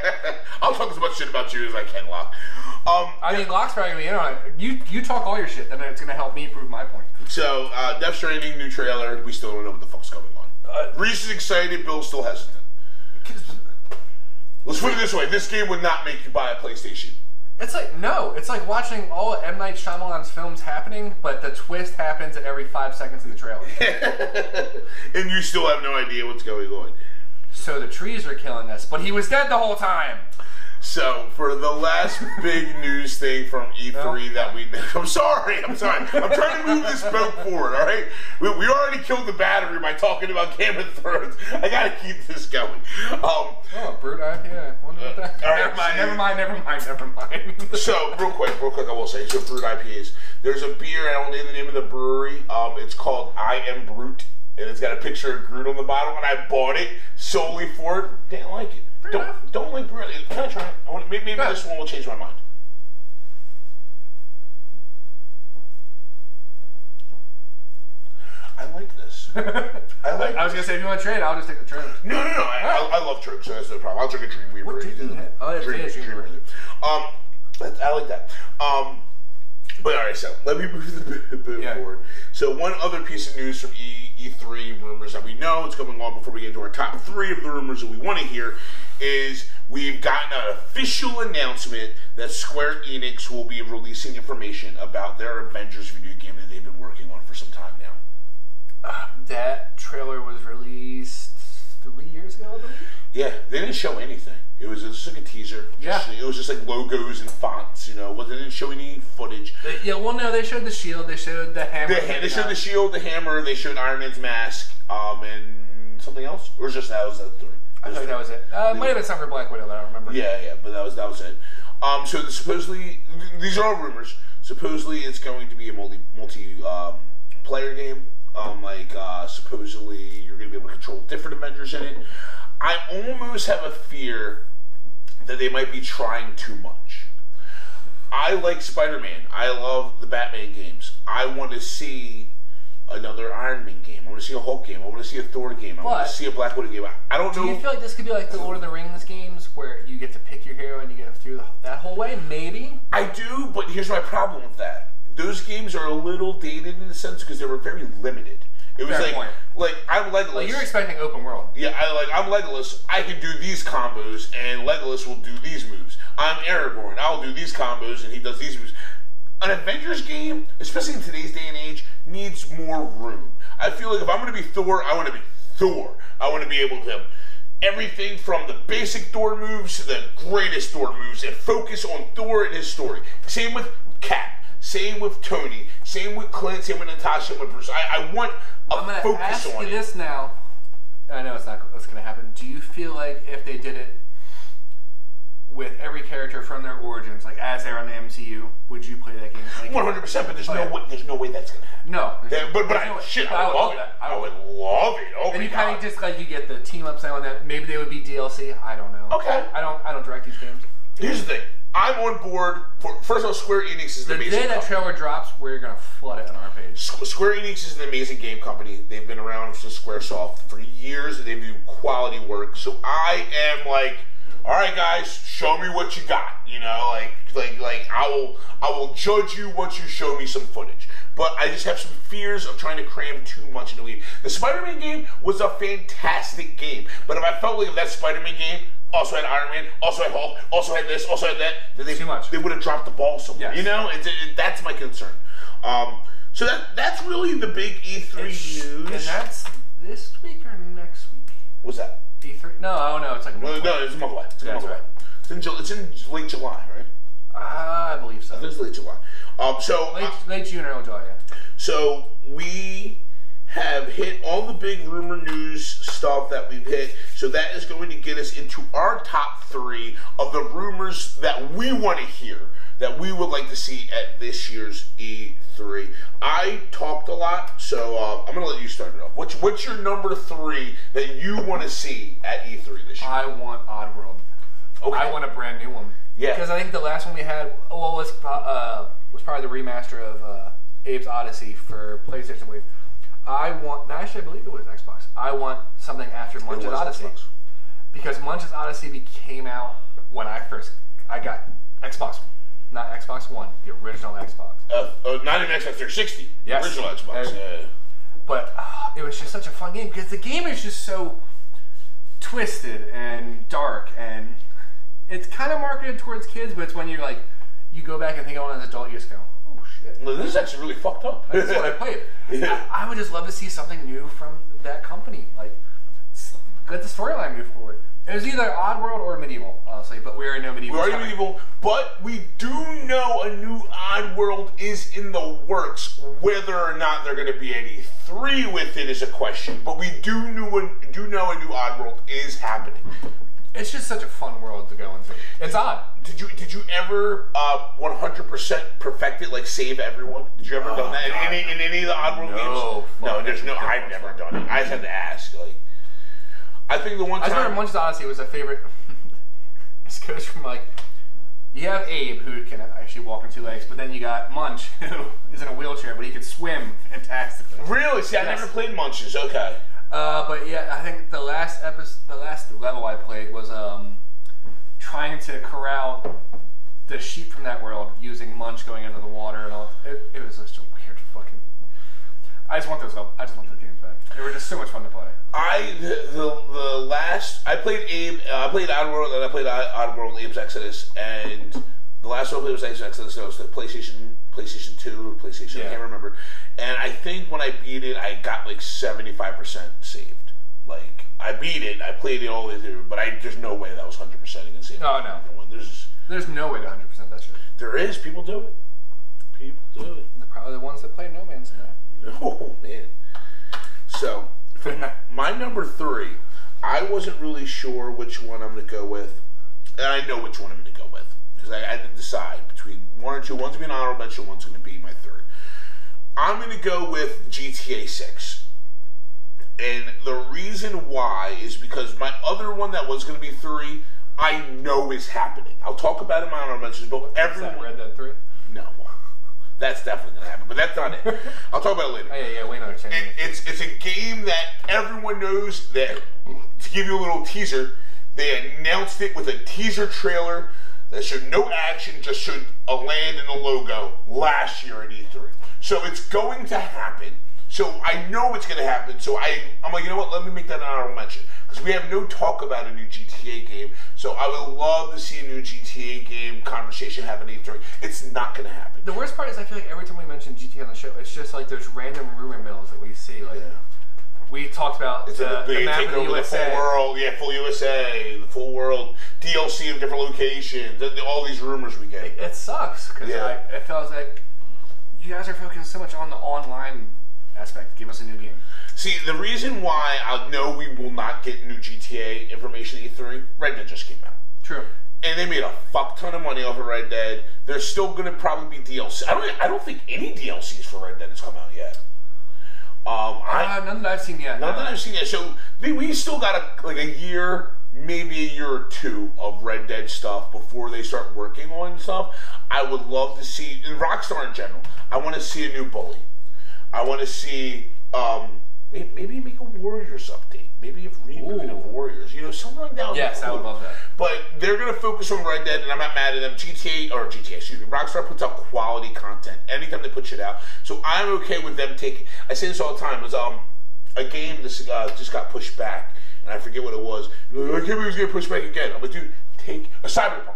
[laughs] I'll talk as much shit about you as I can, Locke. Um, I mean, Locke's probably gonna be in on it. You you talk all your shit, then it's gonna help me prove my point. so, uh, Death Stranding, new trailer. We still don't know what the fuck's going on. Reese is excited, Bill's still hesitant. Let's put it this way this game would not make you buy a PlayStation. It's like no, it's like watching all of M Night Shyamalan's films happening, but the twist happens at every five seconds of the trailer. [laughs] and you still have no idea what's going on. so the trees are killing us, but he was dead the whole time. So for the last big news thing from E3 that we, I'm sorry, I'm sorry, I'm trying to move this boat forward. All right, we, we already killed the battery by talking about Game of Thrones. I gotta keep this going. Um, Oh, brute IPA. Wonder what that. all right, [laughs] never mind. so- Never mind. Never mind. Never mind. [laughs] so real quick, real quick, I will say so. Brewed IPAs. There's a beer. I don't know the name of the brewery. Um, it's called I Am Brute, and it's got a picture of Groot on the bottom. And I bought it solely for it. Didn't like it. enough. Don't don't like brew. Can I try it? I want, maybe maybe Yeah. this one will change my mind. I like [laughs] this. I like. I was gonna say if you want to trade, I'll just take the trade. No, no, no. I, I, I love Trip, so that's no problem. I'll drink a Dreamweaver. What did any you day. have? Oh, yeah, Dream- yeah, Dreamweaver. Dreamweaver. Um, that, I like that. Um, but all right, so let me move the boo- boo Yeah. forward. So one other piece of news from E E three rumors that we know it's going on before we get into our top three of the rumors that we want to hear is we've gotten an official announcement that Square Enix will be releasing information about their Avengers video game that they've been working on for some time now. That trailer was released three years ago, I believe. Yeah, they didn't show anything. It was just like a teaser. Yeah. Just- it was just like logos and fonts. You know, Well, they didn't show any footage. They- yeah, well, no, they showed the shield, they showed the hammer. They, they showed the shield, the hammer. They showed Iron Man's mask, um, and something else, or just that was the three. I think that was it. Uh, it might have been something for Black Widow, but I don't remember. Yeah, yeah, but that was that was it. Um, so the, supposedly th- these are all rumors. Supposedly it's going to be a multi multi um, player game. Um, like uh, supposedly you're going to be able to control different Avengers in it. I almost have a fear that they might be trying too much. I like Spider Man. I love the Batman games. I want to see another Iron Man game. I want to see a Hulk game. I want to see a Thor game. I want But- to see a Black Widow game. I, I don't know. Do you feel like this could be like the Lord of the Rings games where you get to pick your hero and you get through the, that whole way? Maybe. I do, but here's my problem with that. Those games are a little dated in a sense because they were very limited. It was Fair like, point. like I'm Legolas. Like, you're expecting open world. yeah, I like I'm Legolas. I can do these combos, and Legolas will do these moves. I'm Aragorn. I'll do these combos, and he does these moves. An Avengers game, especially in today's day and age, needs more room. I feel like if I'm going to be Thor, I want to be Thor. I want to be able to have everything from the basic Thor moves to the greatest Thor moves, and focus on Thor and his story. Same with Cap. Same with Tony. Same with Clint. Same with Natasha. With Bruce. I, I want a I'm gonna focus ask on you it. this now. I know it's not that's gonna happen. Do you feel like if they did it with every character from their origins, like as they're on the MCU, would you play that game? Like, One hundred percent, but there's no yeah. way. There's no way that's gonna happen. no, Yeah, Oh, but but There's I, no way. shit, But I would love it. that. I I would love it. Oh And my you kind God. of just like you get the team up sign on that. Maybe they would be DLC. I don't know. Okay. I don't. I don't direct these games. Here's the thing. I'm on board. For, first of all, Square Enix is an The amazing. day that company. trailer drops, we're gonna flood it on our page. Squ- Square Enix is an amazing game company. They've been around since SquareSoft for years, and they do quality work. So I am like, all right, guys, show me what you got. You know, like, like, like, I will, I will judge you once you show me some footage. But I just have some fears of trying to cram too much into a game. The Spider-Man game was a fantastic game, but if I felt like if that Spider-Man game also had Iron Man, also had Hulk, also had this, also had that, then they Too much. they would have dropped the ball somewhere. Yes. You know. No, it's it, that's my concern. Um, so that that's really the big E3 And news. that's this week or next week? What's that? E3? No, I don't know. It's like No, no, it's a month away. It's a Yeah, month that's away. It's in, Ju- it's in late July, right? I believe so. It's late July. Um, so Late, uh, late June, early July. Yeah. so we have hit all the big rumor news stuff that we've hit. So that is going to get us into our top three of the rumors that we want to hear. that we would like to see at this year's E3. I talked a lot, so uh, I'm going to let you start it off. What's, what's your number three that you want to see at E3 this year? I want Oddworld. Okay. I want a brand new one. Yeah. Because I think the last one we had, oh, well, was pro- uh, was probably the remaster of uh, Abe's Odyssey for PlayStation. Wave. I want. no, Actually, I believe it was Xbox. I want something after It Munch's was Odyssey Xbox. because Munch's Odyssey be- came out when I first I got Xbox, not Xbox One, the original Xbox. Uh, uh, not an Xbox 360. Yes. Original Xbox. Uh, yeah. But uh, it was just such a fun game because the game is just so twisted and dark and it's kind of marketed towards kids, but it's when you're like you go back and think about it as an adult, you just go, oh shit. Well, this is actually really fucked up. That's what I played. I, I would just love to see something new from that company. Like, s- let the storyline move forward. It was either Oddworld or Medieval, honestly, but we already know Medieval. We're already medieval, but we do know a new Odd World is in the works. Whether or not they're going to be any three with it is a question. But we do know do know a new Odd World is happening. It's just such a fun world to go into. It's odd. Did you did you ever uh, one hundred percent perfect it like save everyone? Did you ever done that in Oh, God. any in any of the Oddworld No, games? No, fuck. there's no. I've never done it. I just had to ask. Like, I think the one I time just remember Munch's Odyssey was a favorite. [laughs] this goes from like you have Abe who can actually walk on two legs, but then you got Munch [laughs] who is in a wheelchair, but he can swim fantastically. really see. I Yes. never played Munches. Okay. Uh, but yeah, I think the last episode, the last level I played was um, trying to corral the sheep from that world using Munch going into the water and all. It, it was just a weird fucking. I just want those. up- I just want those games back. They were just so much fun to play. I the, the the last I played Abe uh, I played Oddworld and I played Od- Oddworld Abe's Exodus and the last one I played was Abe's Exodus and it was the PlayStation PlayStation Two or PlayStation I Yeah. can't remember and I think when I beat it I got like seventy five percent saved like I beat it I played it all the way through but I there's no way that was hundred percent against saved. Oh, no. everyone. there's There's no way to 100 percent that shit. there is people do it people do it They're probably the ones that play No Man's Sky. [laughs] Oh man. So [laughs] for my- my number three, I wasn't really sure which one I'm going to go with, and I know which one I'm going to go with because I, I didn't decide between one or two. One's going to be an honorable mention. One's going to be my third. I'm going to go with GTA Six. And the reason why is because my other one that was going to be three, I know is happening. I'll talk about it in my honorable mentions, but Is everyone. that Red Dead 3? No. That's definitely going to happen, but that's not it. [laughs] I'll talk about it later Oh yeah, yeah, we know. Changing. it, it's it's a game that everyone knows that to give you a little teaser they announced it with a teaser trailer that showed no action just showed a land and a logo last year at e3 so it's going to happen so i know it's going to happen so I, i'm like you know what let me make that an honorable mention because we have no talk about a new gta game so i would love to see a new gta game conversation happen at e3 it's not going to happen The worst part is I feel like every time we mention GTA on the show, it's just like there's random rumor mills that we see. Like we talked about It's the, a the big map take of the over the USA. full world. Yeah, full USA, the full world DLC of different locations, and all these rumors we get. It sucks because Yeah. I, I felt like you guys are focusing so much on the online aspect. Give us a new game. See, the reason why I know we will not get new GTA information at E3, Red Dead just came out. True. And they made a fuck ton of money off of Red Dead. There's still gonna probably be DLC. I don't I don't think any DLCs for Red Dead has come out yet. Um I Uh, none that I've seen yet. Not no. that I've seen yet. So we, we still got a, like a year, maybe a year or two of Red Dead stuff before they start working on stuff. I would love to see and Rockstar in general. I want to see a new bully. I want to see um, may- maybe make a Warriors update. Maybe a reboot Ooh. of Warriors. You know, something like that. would be Yes, I would cool. love that. But they're gonna focus on Red Dead, and I'm not mad at them. GTA or GTA, excuse me, Rockstar puts out quality content anytime they put shit out. So I'm okay with them taking. I say this all the time: is um a game this uh, just got pushed back, and I forget what it was. They're like, I can't believe it's getting pushed back again. I'm like, dude, take a Cyberpunk.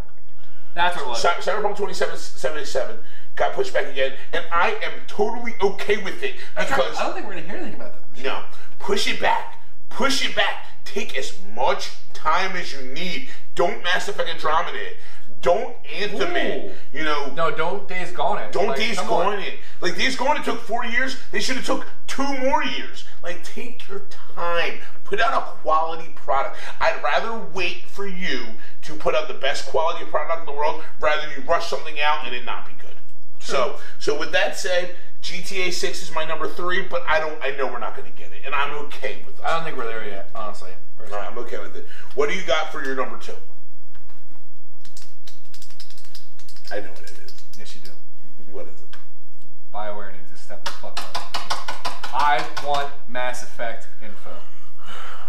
That's what it was. Cy- Cyberpunk 2077 got pushed back again, and I am totally okay with it because I don't think we're gonna hear anything about that. no, push it back. Push it back. Take as much time as you need. Don't Mass Effect Andromeda it. Don't Anthem it. Ooh. You know, No, don't Days Gone it. don't Like, Days come on. Gone it. Like Days Gone it took four years. They should have took two more years. Like take your time. Put out a quality product. I'd rather wait for you to put out the best quality product in the world rather than you rush something out and it not be good. So, so with that said, GTA 6 is my number three, but I don't. I know we're not going to get it, and I'm okay with I that. don't think we're there yet, honestly. All right, I'm okay with it. What do you got for your number two? I know what it is. Yes, you do. What is it? Bioware needs to step the fuck up. I want Mass Effect info.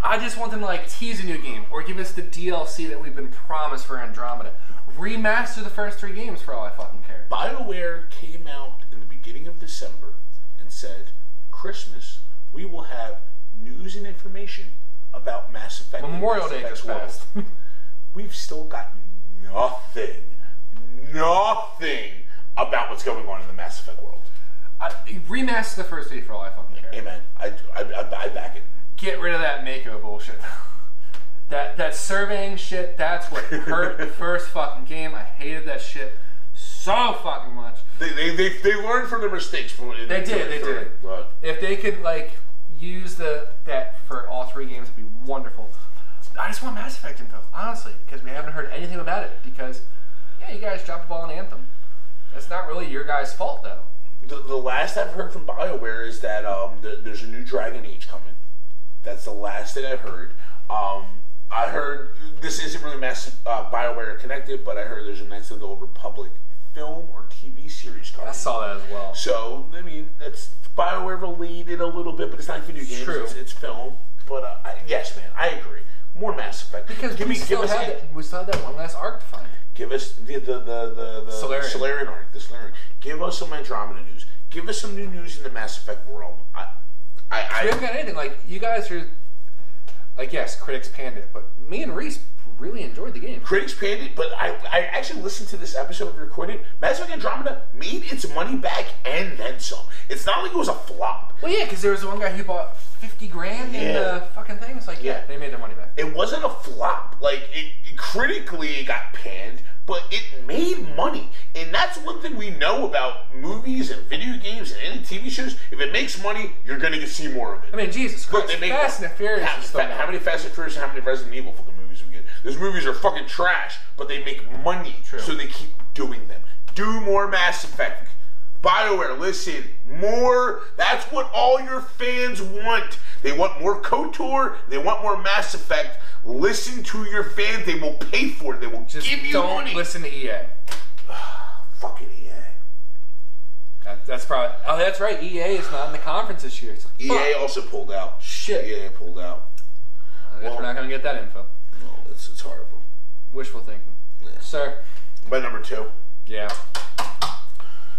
I just want them to like tease a new game or give us the DLC that we've been promised for Andromeda. Remaster the first three games for all I fucking care. BioWare came out in the beginning of December and said, Christmas, we will have news and information about Mass Effect. and Memorial Mass Day Effect just World." passed. We've still got nothing, nothing about what's going on in the Mass Effect world. [laughs] I, remaster the first three for all I fucking care. Amen. I, I, I, I back it. Get rid of that Mako bullshit. [laughs] that that surveying shit. That's what hurt the first fucking game. I hated that shit so fucking much. They, they, they, they learned from their mistakes. From They did, they did. Right. If they could like use the that for all three games, it'd be wonderful. I just want Mass Effect info, honestly, because we haven't heard anything about it. Because yeah, you guys dropped the ball on Anthem. That's not really your guys' fault though. The, the last I've heard from BioWare is that um, th- there's a new Dragon Age coming. That's the last thing I've heard. Um, I heard this isn't really massive uh, BioWare connected, but I heard there's a Knights of the Old Republic film or TV series coming. that as well. So I mean, that's Bioware related a little bit, but it's not video games. True. It's, it's film. But uh, I, yes, man, I agree. More Mass Effect. Because give me, we give still us, have a- that. We still have that one last arc to find. give us the the the the, the Solarian. Solarian arc, the Solarian. Give us some Andromeda news. Give us some new news in the Mass Effect world. I, We haven't I, got anything. Like you guys are. Like yes, critics panned it, but me and Reese really enjoyed the game. I critics panned it, but I, I actually listened to this episode we recorded. Mass Effect Andromeda made its money back and then some. It's not like it was a flop. Well, yeah, because there was one guy who bought fifty grand in Yeah. the fucking thing. It's like yeah, Yeah. they made their money back. it wasn't a flop. Like it, it- critically, it got panned, but it made money, and that's one thing we know about movies and video games and any TV shows. If it makes money, you're gonna get see more of it. I mean, Jesus Look, Christ, they make Fast and the Furious How, is still fa- mad. how many Fast and Furious and how many Resident Evil fucking movies we get? Those movies are fucking trash, but they make money, so they keep doing them. Do more Mass Effect. Bioware, listen, more. That's what all your fans want. They want more KOTOR. They want more Mass Effect. Listen to your fans. They will pay for it. They will Just give you don't money. listen to E EA. Fucking E EA. That, that's probably. Oh, that's right. EA is not in the conference this year. It's like, fuck. EA E also pulled out. Shit. EA pulled out. I guess we're not gonna get that info. No, it's, it's horrible. Wishful thinking, sir. My number two. Yeah.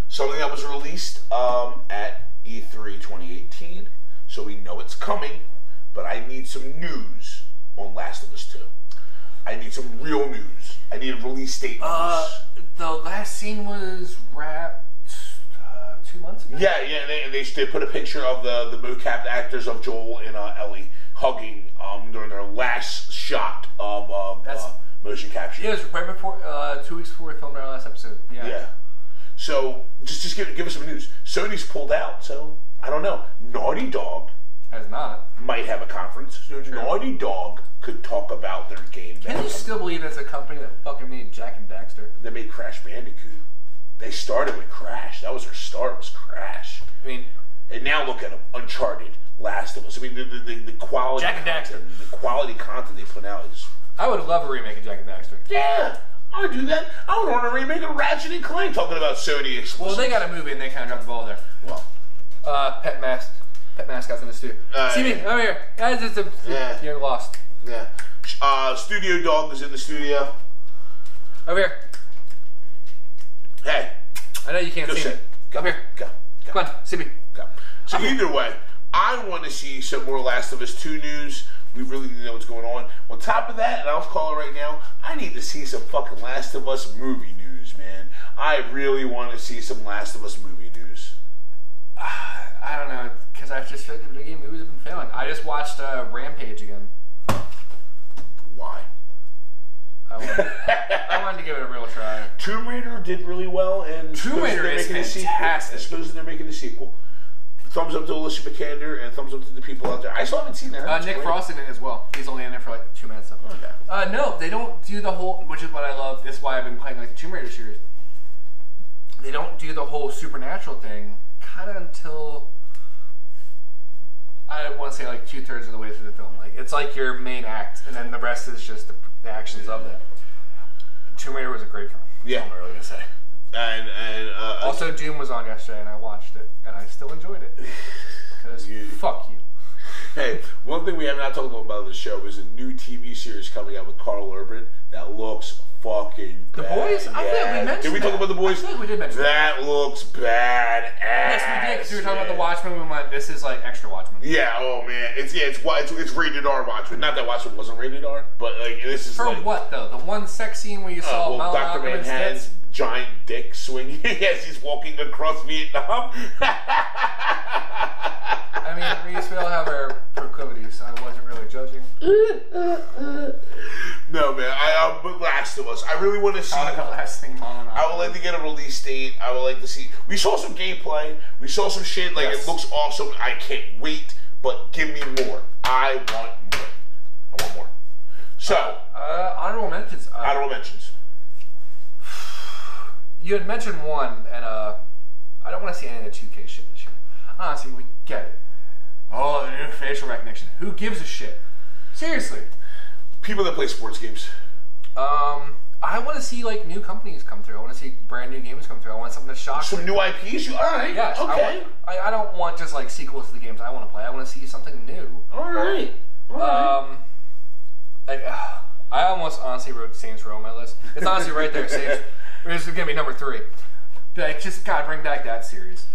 something that was released um, at E3 2018, so we know it's coming, but I need some news on Last of Us 2. I need some real news. I need a release date. Uh, news. the last scene was wrapped uh, two months ago. Yeah, yeah, they, they, they put a picture of the, the mocapped actors of Joel and uh, Ellie hugging um, during their last shot of uh, That's- uh, motion capture. It was right before, uh, two weeks before we filmed our last episode. Yeah. Yeah. So just just give, give us some news. Sony's pulled out, so I don't know. Naughty Dog Has not. might have a conference. So Naughty Dog could talk about their game. Can you still believe it's a company that fucking made Jack and Daxter? they made Crash Bandicoot. They started with Crash. That was their start. Was Crash. I mean, And now look at them. Uncharted, Last of Us. I mean, the, the, the, the quality. Jack and Daxter. content- The quality content they put out is. I would love a remake of Jack and Daxter. Yeah, I would do that. I would want to remake a Ratchet and Clank talking about Sony Well, exclusive. they got a movie and they kind of dropped the ball there. Well, Uh, pet mask. Pet mascots in the studio. Uh, See me yeah. over here, guys. It's a Yeah. you're lost. yeah. Uh, Studio Dog is in the studio. Over here. Hey, I know you can't go see me. sit. Go Come here. Go. Go. Come on, see me. Yeah. So either way, I want to see some more Last of Us 2 news. We really need to know what's going on. On top of that, and I'll call it right now, I need to see some fucking Last of Us movie news, man. I really want to see some Last of Us movie news. I don't know, cause I just feel like the video game movies have been failing. I just watched uh, Rampage again. Why? I [laughs] wanted, I wanted to give it a real try. Tomb Raider did really well, and supposedly Raider they're is making a sequel. fantastic. Supposedly they're making a sequel. Thumbs up to Alicia Vikander and thumbs up to the people out there. I still haven't seen that. Uh, It's Nick great. Frost in it as well. He's only in it for like two minutes. So. Okay. Uh, no, they don't do the whole, which is what I love. This is why I've been playing like the Tomb Raider series. They don't do the whole supernatural thing kind of until I want to say like two thirds of the way through the film. Like it's like your main act, and then the rest is just the, the actions of that. Tomb Raider was a great film. Yeah. I'm really gonna say. And and uh, Also, Doom was on yesterday, and I watched it, and I still enjoyed [laughs] it. Because You- fuck you. Hey, one thing we have not talked about on the show is a new TV series coming out with Carl Urban that looks fucking The bad. Boys? I feel like we mentioned Did we talk that. about the boys? I feel like we did mention that. looks bad ass. Yes, we did. Because we were talking about the Watchmen. We went, this is like extra Watchmen. Yeah. Oh man. It's yeah. It's wa- it's, it's rated R Watchmen. Not that Watchmen wasn't rated R, but like this is For like, what though? The one sex scene where you Uh, saw well, Mal Doctor Malkovich's Manhattan's tits? giant dick swinging [laughs] as he's walking across Vietnam. [laughs] I mean, Reese, we all have our proclivities, so I wasn't really [laughs] judging. no man. I um, but Last of Us. I really want to see. Not the last thing Mal I would like to get a release date. I would like to see. We saw some gameplay. We saw some shit. Like Yes. it looks awesome. I can't wait. But give me more. I want more. I want more. So Uh, honorable mentions. Uh, honorable mentions. you had mentioned one, and uh, I don't want to see any of the 2K shit this year. Honestly, we get it. Oh, the new facial recognition. Who gives a shit? Seriously. People that play sports games. Um, I want to see like new companies come through. I want to see brand new games come through. I want something to shock. me. Some new IPs. You all right? Yes. I Okay. want- I, I, don't want just like sequels to the games I want to play. I want to see something new. all right. All right. Um, like, [sighs] uh, I almost honestly wrote Saints Row on my list. It's honestly right there. Saints. This is gonna be number three. Like, just God, bring back that series.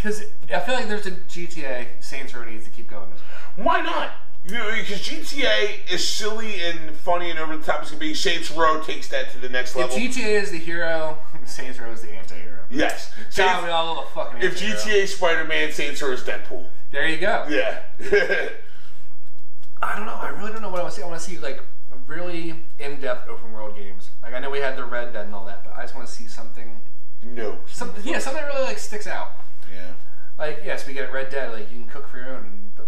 Cause I feel like there's a GTA Saints Row needs to keep going. This way. Why not? Because GTA is silly and funny and over the top as can be. Saints Row takes that to the next If level. GTA is the hero, [laughs] Saints Row is the anti-hero. yes. God, we Saints, all love the fucking if anti-hero. GTA Spider Man Saints Row is Deadpool. There you go. Yeah. [laughs] I don't know. I really don't know what I want to see. I want to see like really in-depth open world games. Like I know we had the Red Dead and all that, but I just want to see something. no. Something. Yeah, something that really like sticks out. Yeah. Like yes, we get Red Dead. Like you can cook for your own. And the,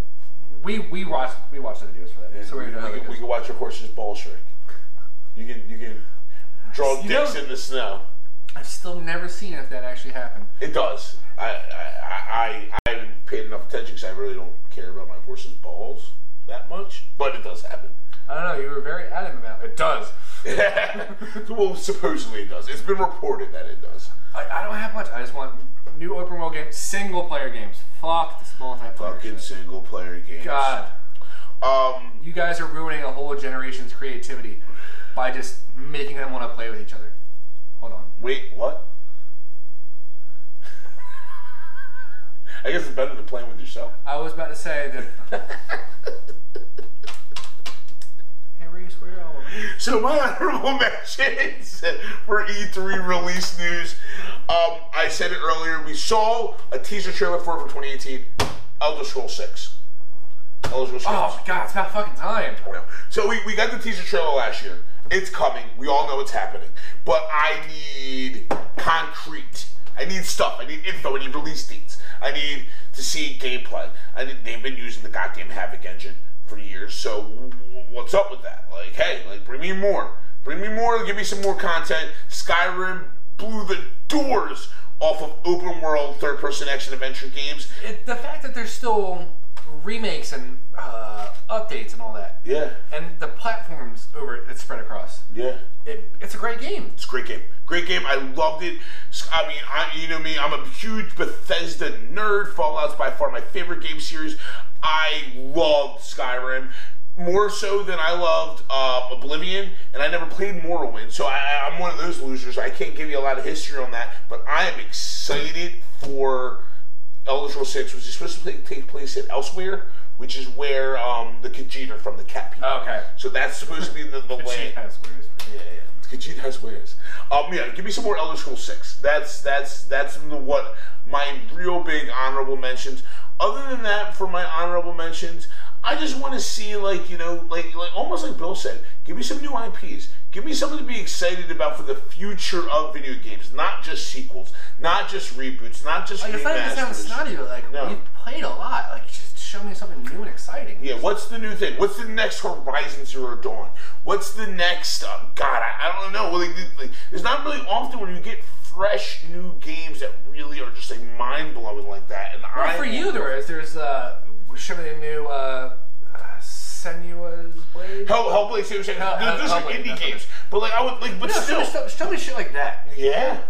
we we watched we watched the videos for that. so we, we, know how we, it can, we goes. can watch your horse's ball shrink. You can you can draw You dicks know- in the snow. I've still never seen if that actually happened. It does. I I, I I haven't paid enough attention because I really don't care about my horse's balls that much, but it does happen. [laughs] I don't know. You were very adamant about it. Does. well, supposedly it does. It's been reported that it does. I, I don't have much. I just want new open world games, single player games. Fuck this multiplayer. Fucking shit. single player games. God. Um. You guys are ruining a whole generation's creativity by just making them want to play with each other. Hold on. Wait. What? [laughs] I guess it's better than playing with yourself. I was about to say [laughs] that. hey, Reese, where are we? So my honorable [laughs] mentions for E3 release news. Um, I said it earlier. We saw a teaser trailer for it for 2018, Elder Scrolls 6. Elder Scrolls 6. Oh, God, it's about fucking time. So we, we got the teaser trailer last year. It's coming. We all know it's happening. But I need concrete. I need stuff. I need info. I need release dates. I need to see gameplay. I need, they've been using the goddamn Havoc engine for years. So w- w- what's up with that? Like, hey, like bring me more. Bring me more. Give me some more content. Skyrim blew the doors off of open world third person action adventure games. It, the fact that there's still remakes and uh, updates and all that, Yeah. and the platforms over it, it's spread across. Yeah. It, it's a great game. It's a great game. Great game. I loved it. I mean, I, you know me. I'm a huge Bethesda nerd. Fallout's by far my favorite game series. I loved Skyrim more so than I loved uh, Oblivion, and I never played Morrowind. So I, I'm one of those losers. I can't give you a lot of history on that, but I am excited for Elder Scrolls 6, which is supposed to take- take place at Elsewhere, which is where um, the Khajiit are from, the cat people. Okay. So that's supposed to be the, the land. Yeah, yeah. Khajiit has wares. Um, yeah, give me some more Elder Scrolls Six. That's that's that's the, what my real big honorable mentions. Other than that, for my honorable mentions, I just want to see like you know like like almost like Bill said, give me some new IPs. Give Give me something to be excited about for the future of video games, not just sequels, not just reboots, not just Like, it's not even sound remasters. snotty, but like No. we've played a lot. Like just show me something new and exciting. Yeah, what's the new thing? What's the next Horizon Zero Dawn? What's the next? Uh, God, I, I don't know. Well, like, like, there's not really often when you get fresh new games that really are just like mind blowing like that. And Well, I for you there is. There's uh, show me the new uh, uh, Senua's Blade. Hell, Hellblade, same thing. Hell- Those those are Uh, Hellblade, indie definitely. games, but like I would like, but No, show still, me, stuff- show me shit like that. yeah,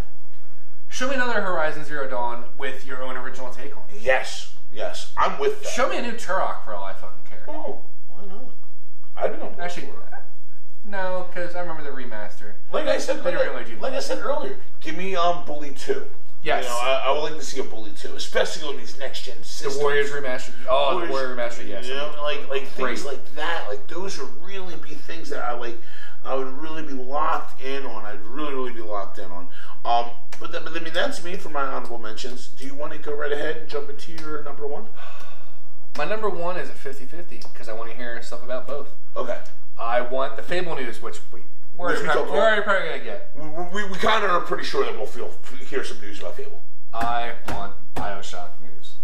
Show me another Horizon Zero Dawn with your own original take on it. yes, yes, I'm with that. Show me a new Turok for all I fucking care. Oh, why not? I don't know. Actually, no, because I remember the remaster. like I said, like, Later in my G- like I said earlier, give me um Bully Two. Yes. you know I, I would like to see a Bully Two, especially on these next gen systems. remastered. Oh, Warriors- You know, like like things Great. like that. Like those would really be things that I like. I would really be locked in on. I'd really really be locked in on. Um, but, th- but I mean that's me for my honorable mentions. Do you want to go right ahead and jump into your number one? My number one is a 50-50 because I want to hear stuff about both. Okay. I want the Fable news, which we we're, Which we prob- talked about. we're already probably gonna get. We, we, we kind of are pretty sure that we'll feel hear some news about Fable. I want Bioshock news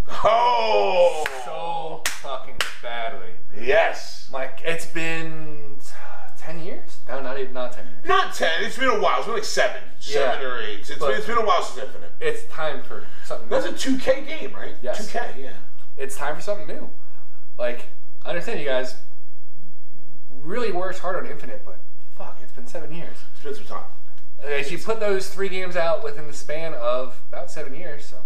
Oh. so fucking badly. Yes. Like it's been uh, ten years? No, not even not ten years. Not ten. It's been a while. It's been like seven, Yeah. seven or eight. It's been, But- it's been a while since Infinite. It's time for something. That's New. a two K game, right? Yes. Two K. Yeah. It's time for something new. Like I understand you guys really worked hard on Infinite, but fuck, it's been seven years. It's been some time. As you put those three games out within the span of about seven years, so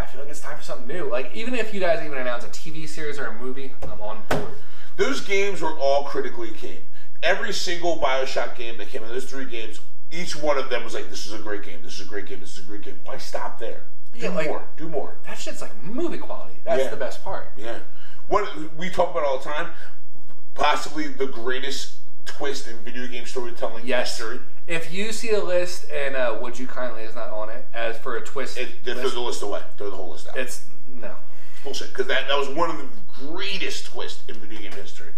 I feel like it's time for something new. Like even if you guys even announce a TV series or a movie, I'm on board. those games were all critically acclaimed. Every single Bioshock game that came out, those three games, each one of them was like, "This is a great game. This is a great game. This is a great game." Why stop there? Do Yeah, like- more. Do more. That shit's like movie quality. That's Yeah. the best part. Yeah. What we talk about all the time, possibly the greatest twist in video game storytelling Yes. history. If you see a list and uh, would you kindly is not on it as for a twist, It, they throw list, the list away. Throw the whole list out. it's no. bullshit. Because that, that was one of the greatest twists in video game history.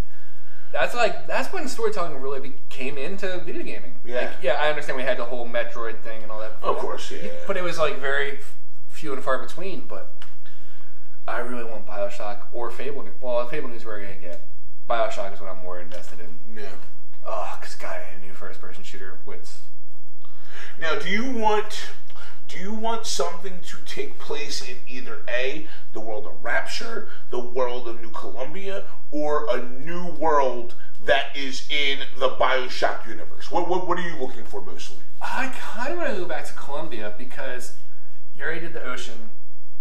That's like that's when storytelling really became into video gaming. Yeah. Like, yeah, I understand we had the whole Metroid thing and all that. Of course, yeah. But it was like very f- few and far between. But I really want Bioshock or Fable. News. Well, Fable News we're gonna get. Bioshock is what I'm more invested in. yeah. Oh, cause God, I need a new first-person shooter. Wits. Now, do you want do you want something to take place in either a the world of Rapture, the world of New Columbia, or a new world that is in the Bioshock universe? What what, what are you looking for mostly? I kind of want to go back to Colombia because you already did the ocean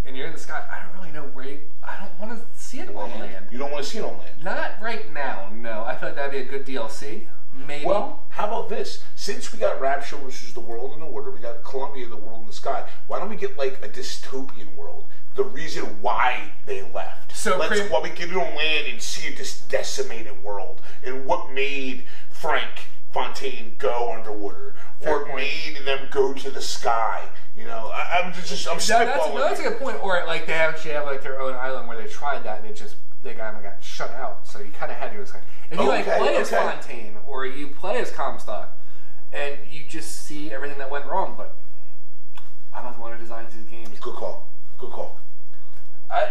and you're in the sky. I don't really know where you, I don't want to see it on land. You don't want to see it on land. Not right now, no. I feel like that'd be a good DLC. Maybe. Well, how about this? Since we got Rapture, which is the world in order, we got Columbia, the world in the sky. Why don't we get like a dystopian world? The reason why they left. So let's pre- while we get it on land and see this decimated world and what made Frank Fontaine go underwater, or made them go to the sky. You know, I, I'm just, just I'm Yeah, that's, spitballing. no, that's a good point. Or like they actually have like their own island where they tried that and it just they kind of got shut out. So you kind of had to. Like, if you like Okay, play as okay. Fontaine or you play as Comstock, and you just see everything that went wrong. But I'm not the one who designs these games. good call. Good call. I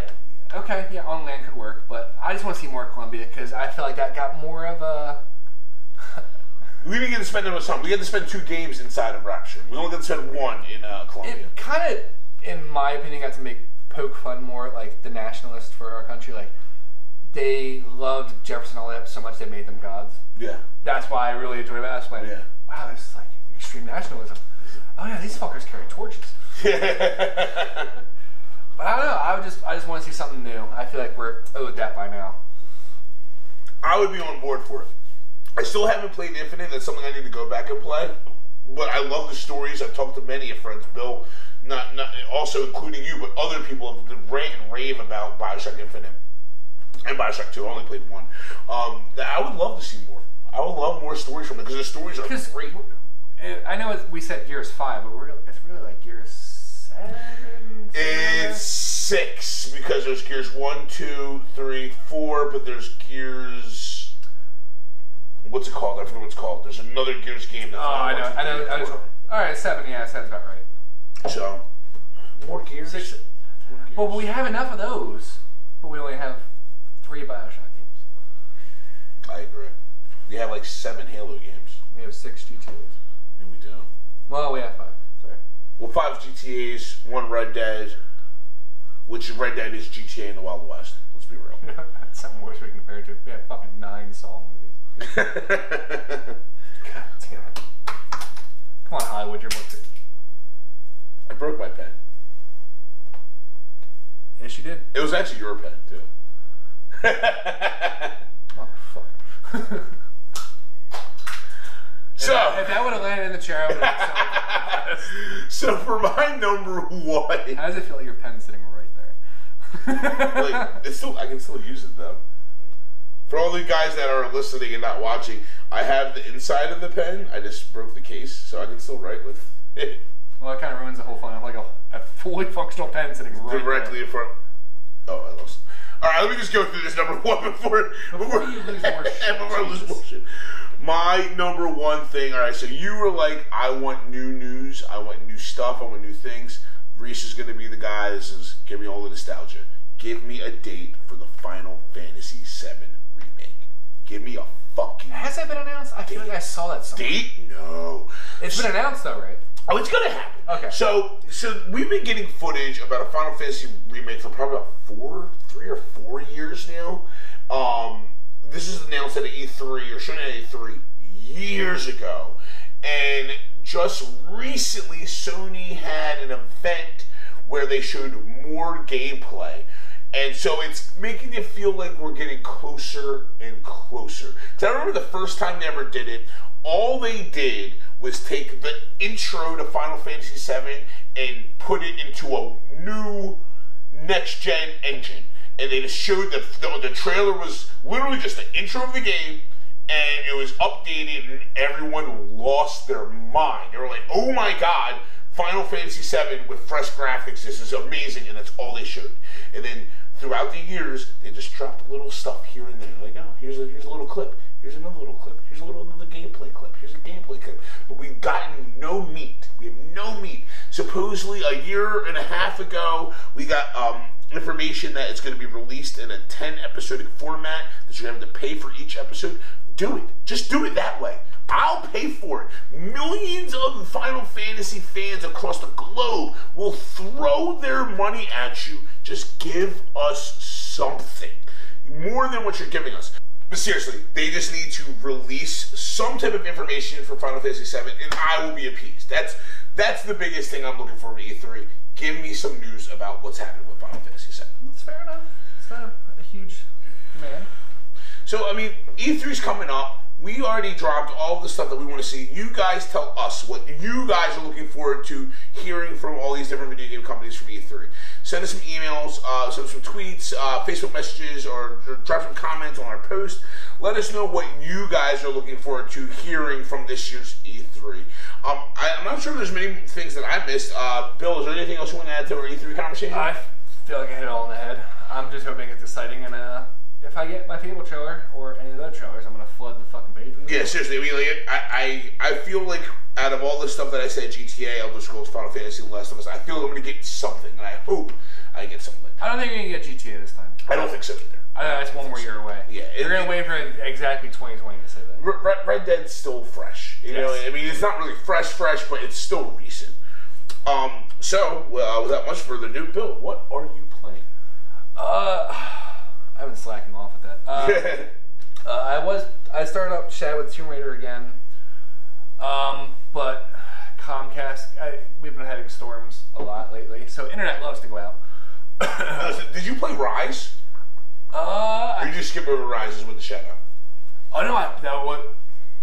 okay, yeah, on land could work, but I just want to see more Columbia because I feel like that got more of a. We didn't get to spend that much time. We had to spend two games inside of Rapture. We only got to spend one in uh, Columbia. It kind of, in my opinion, got to make poke fun more at, like the nationalists for our country. Like they loved Jefferson all that so much they made them gods. yeah. That's why I really enjoyed it. That's why. Yeah. Wow, this is like extreme nationalism. Oh yeah, these fuckers carry torches. [laughs] But I don't know. I would just, I just want to see something new. I feel like we're owed that by now. I would be on board for it. I still haven't played Infinite. That's something I need to go back and play. But I love the stories. I've talked to many of friends, Bill, not, not also including you, but other people have been rant and rave about Bioshock Infinite and Bioshock Two. I only played one. Um, that I would love to see more. I would love more stories from it because the stories are Because great. I know it's, we said Gears Five, but we're it's really like Gears Seven. It's six because there's Gears one, two, three, four, but there's Gears what's it called? I forget what it's called. There's another Gears game. That's Oh, I know. I know. I know. All right, seven. Yeah, that sounds about right. So more Gears. Six. Well, but we have enough of those, but we only have three Bioshock games. I agree. We have like seven Halo games, We have six GTAs. and we do. Well, we have five. Sorry. [laughs] Well, five GTA's, one Red Dead, which Red Dead is GTA in the Wild West. Let's be [laughs] real. That's something worse we can compare it to. We have fucking nine Saw movies. [laughs] God damn it. Come on, Hollywood, you're more creative. I broke my pen. Yes, you did. It was actually your pen too. [laughs] Motherfucker. So, [laughs] If that would have landed in the chair, I would have. so for my number one, How does it feel like your pen sitting right there? like, it's still, I can still use it though. For all the guys that are listening and not watching, I have the inside of the pen. I just broke the case, so I can still write with it [laughs] well, it kind of ruins the whole fun. I'm like a, a fully functional pen sitting right directly in front. Oh, I lost. All right, let me just go through this number [laughs] one before before, you lose more shit, before [laughs] I lose more shit. My number one thing. All right, so you were like, I want new news. I want new stuff. I want new things. Reese is going to be the guy. This is give me all the nostalgia. Give me a date for the Final Fantasy VII remake. Give me a fucking Has that been announced? I feel like I saw that somewhere. date. No. It's been announced, though, right? Oh, it's gonna happen. Okay. So, so we've been getting footage about a Final Fantasy remake for probably about four, three or four years now. Um, this was announced at E3 or shown at E3 years ago, and just recently Sony had an event where they showed more gameplay. And so it's making it feel like we're getting closer and closer. Because I remember the first time they ever did it, all they did was take the intro to Final Fantasy VII and put it into a new next gen engine. And they just showed the, the, the trailer was literally just the intro of the game and it was updated and everyone lost their mind. They were like, oh my god, Final Fantasy VII with fresh graphics, this is amazing, and that's all they showed. And then throughout the years, they just dropped little stuff here and there. Like, oh, here's a here's a little clip, here's another little clip, here's a little another gameplay clip, here's a gameplay clip. But we've gotten no meat. We have no meat. Supposedly a year and a half ago, we got um information that it's going to be released in a 10 episodic format that you're going to have to pay for each episode do it just do it that way i'll pay for it millions of final fantasy fans across the globe will throw their money at you just give us something more than what you're giving us but seriously they just need to release some type of information for final fantasy 7 and i will be appeased that's that's the biggest thing i'm looking for in e3 give me some news about what's happening with final fantasy 7 It's fair enough. It's not a huge demand. So I mean, E3's coming up. We already dropped all the stuff that we want to see. You guys tell us what you guys are looking forward to hearing from all these different video game companies from E3. Send us some emails, uh, send us some tweets, uh, Facebook messages, or, or drop some comments on our post. Let us know what you guys are looking forward to hearing from this year's E3. Um, I, I'm not sure if there's many things that I missed. Uh, Bill, is there anything else you want to add to our E3 conversation? I feel like I hit it all on the head. I'm just hoping it's exciting, and uh, if I get my Fable trailer or any of the other trailers, I'm gonna flood the fucking page with it. Yeah, seriously. I mean, like, I, I, I feel like out of all the stuff that I said, GTA, Elder Scrolls, Final Fantasy, The Last of Us, I feel I'm going to get something, and I hope I get something. I don't think you're gonna get GTA this time. I don't think so either. I know that's one more year away. Yeah, it- you're gonna it- wait for exactly 2020 to say that. Red, Red Dead's still fresh. You know, Yes. I mean, it's not really fresh, fresh, but it's still recent. Um, so, well, without much further ado, Bill, what are you [laughs] playing? Uh, [sighs] I've been slacking off with that. Uh, [laughs] Uh, I was I started up chat with Tomb Raider again, um, but Comcast. I, we've been having storms a lot lately, so internet loves to go out. [coughs] Did you play Rise? Uh, Or I, you just skip over Rise is with the Shadow? oh no, I, that what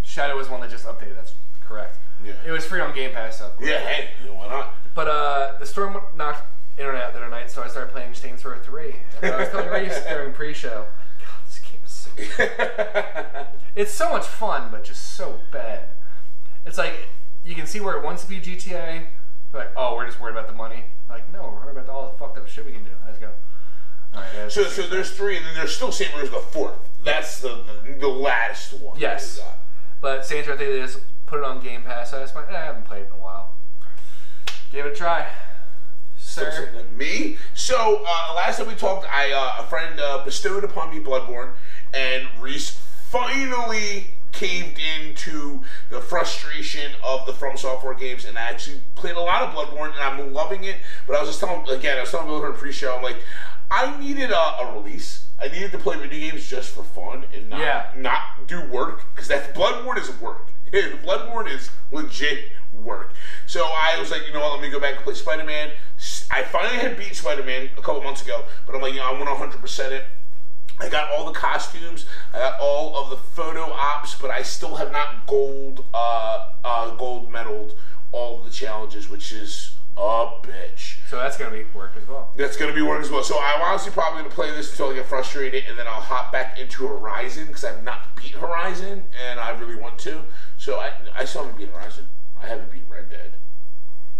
Shadow was one that just updated. That's correct. Yeah. It was free on Game Pass, so of course. Yeah, hey, you know, why not? But uh, the storm knocked internet out the other night, so I started playing Stains Row Three. And I was telling [laughs] Reese during pre-show, God, this game is so [laughs] it's so much fun, but just so bad. It's like you can see where it wants to be GTA. but Like, oh, we're just worried about the money. Like, no, we're worried about all the fucked up shit we can do. Let's go. All right, guys. So, so there's three, and then there's still St. Mary's the fourth. That's the the, the last one. Yes. But Saints Row, they just put it on Game Pass. I just went, eh, I haven't played it in a while. Gave it a try. Sir. Me? So uh, last time we talked, I uh, a friend uh, bestowed upon me Bloodborne, and Reese finally caved into the frustration of the From Software games, and I actually played a lot of Bloodborne, and I'm loving it. But I was just telling again, I was telling over in pre-show, I'm like, I needed a, a release. I needed to play video games just for fun and not Yeah. not do work because that Bloodborne is work. [laughs] Bloodborne is legit work. So I was like, you know what? Let me go back and play Spider Man. I finally had beat Spider Man a couple months ago, but I'm like, you know, I want 100 percent it. I got all the costumes. I got all of the photo ops, but I still have not gold uh, uh, gold medaled all the challenges, which is a bitch. So that's going to be work as well. That's gonna be work as well. So I'm honestly probably gonna play this until I get frustrated, and then I'll hop back into Horizon because I've not beat Horizon, and I really want to. So I I still haven't beat Horizon. I haven't beat Red Dead.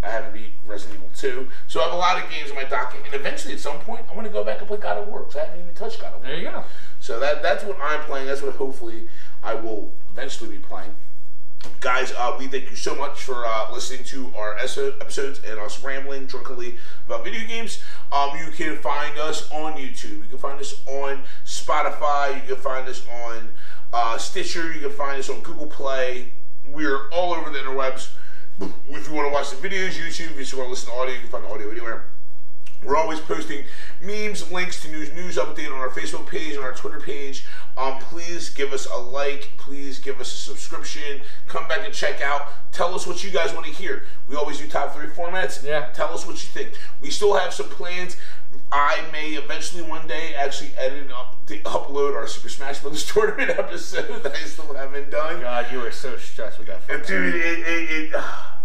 I haven't beat Resident Evil 2. So I have a lot of games in my docket, and eventually at some point I want to go back and play God of War 'cause I haven't even touched God of War. There you go. So that that's what I'm playing. That's what hopefully I will eventually be playing. Guys, uh, we thank you so much for uh, listening to our eso- episodes and us rambling drunkenly about video games. Um, you can find us on YouTube. You can find us on Spotify. You can find us on uh, Stitcher. You can find us on Google Play. We're all over the interwebs. If you want to watch the videos, YouTube. If you want to listen to audio, you can find the audio anywhere. We're always posting memes, links to news, news update on our Facebook page, on our Twitter page. Um, please give us a like. Please give us a subscription. Come back and check out. Tell us what you guys want to hear. We always do top three formats. Yeah. Tell us what you think. We still have some plans. I may eventually one day actually edit and up, to upload our Super Smash Brothers [laughs] tournament episode that I still haven't done. God, you are so stressed with that. And dude, it, it, it, [sighs]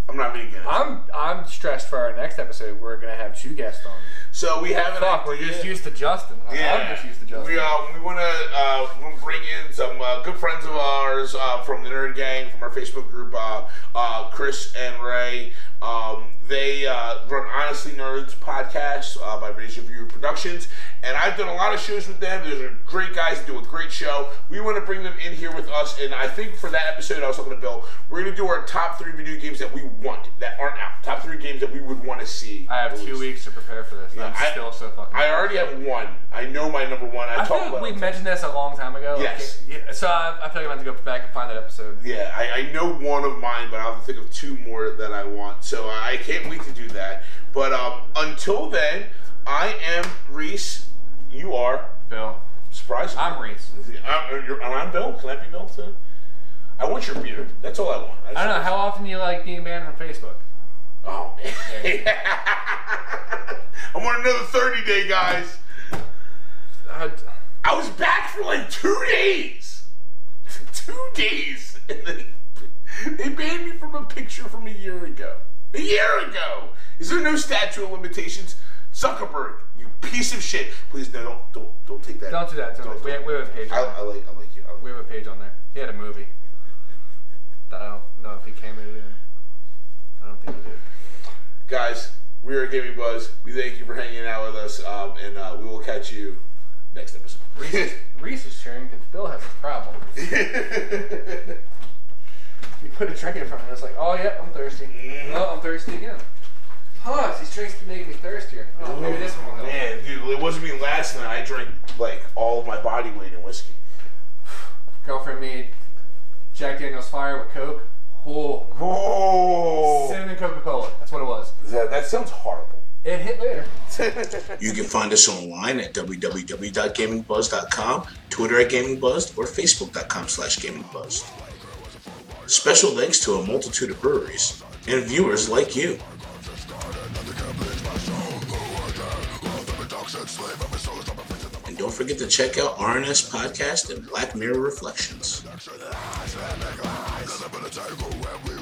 I'm not even gonna. I'm I'm stressed for our next episode. We're going to have two guests on. So we have an Fuck, we're idea. just used to Justin. Yeah. I'm just used to Justin. We, uh, we want to uh, wanna bring in some uh, good friends of ours uh, from the Nerd Gang, from our Facebook group, uh, uh, Chris and Ray. Um, they uh, run Honestly Nerds podcast uh, by Razor View Productions, and I've done a lot of shows with them. Those are great guys, do a great show. We want to bring them in here with us, and I think for that episode, I was talking to Bill, we're going to do our top three video games that we want, that aren't out. Top three games that we would want to see. I have two released. weeks to prepare for this. and I'm I- still so fucking. I already have one. I know my number one. I, I feel talked like about we it. mentioned this a long time ago. like, Yes. yeah, so I, I feel like I'm going to go back and find that episode. Yeah, I, I know one of mine, but I have to think of two more that I want. So I can't wait to do that. But um, until then, I am Reese. You are. Bill, Surprise. I'm Reese. I'm, you're, and I'm Bill. Can I be Bill too? I want your beard. That's all I want. I don't know how often you like being banned from Facebook. Oh [laughs] man. There you I want another thirty day, guys. I, I was back for like two days. [laughs] two days. And they, they banned me from a picture from a year ago. A year ago! Is there no statute of limitations? Zuckerberg, you piece of shit. Please, no, don't, don't, don't take that. don't do that. Don't. We, have, we have a page. I, On there. I like, I like you. I like We have a page on there. He had a movie that I don't know if he cameoed in. I don't think he did. Guys, we are Gaming Buzz. We thank you for hanging out with us, um, and uh, we will catch you next [laughs] episode. Reese is cheering because Bill has a problem. [laughs] You put a drink in front of him. It's like, oh yeah, I'm thirsty. Oh, I'm thirsty again. Huh? These drinks make me thirstier. Oh, maybe this one will. help. Man, dude, it wasn't me last night. I drank like all of my body weight in whiskey. Girlfriend made Jack Daniel's Fire with Coke. Oh, Oh, cinnamon Coca Cola. That's what it was. that, that sounds horrible. It hit later. You can find us online at www.gamingbuzz.com, Twitter at GamingBuzzed, or Facebook.com slash GamingBuzzed. Special thanks to a multitude of breweries and viewers like you. And don't forget to check out RNS Podcast and Black Mirror Reflections. Cause I'm gonna take away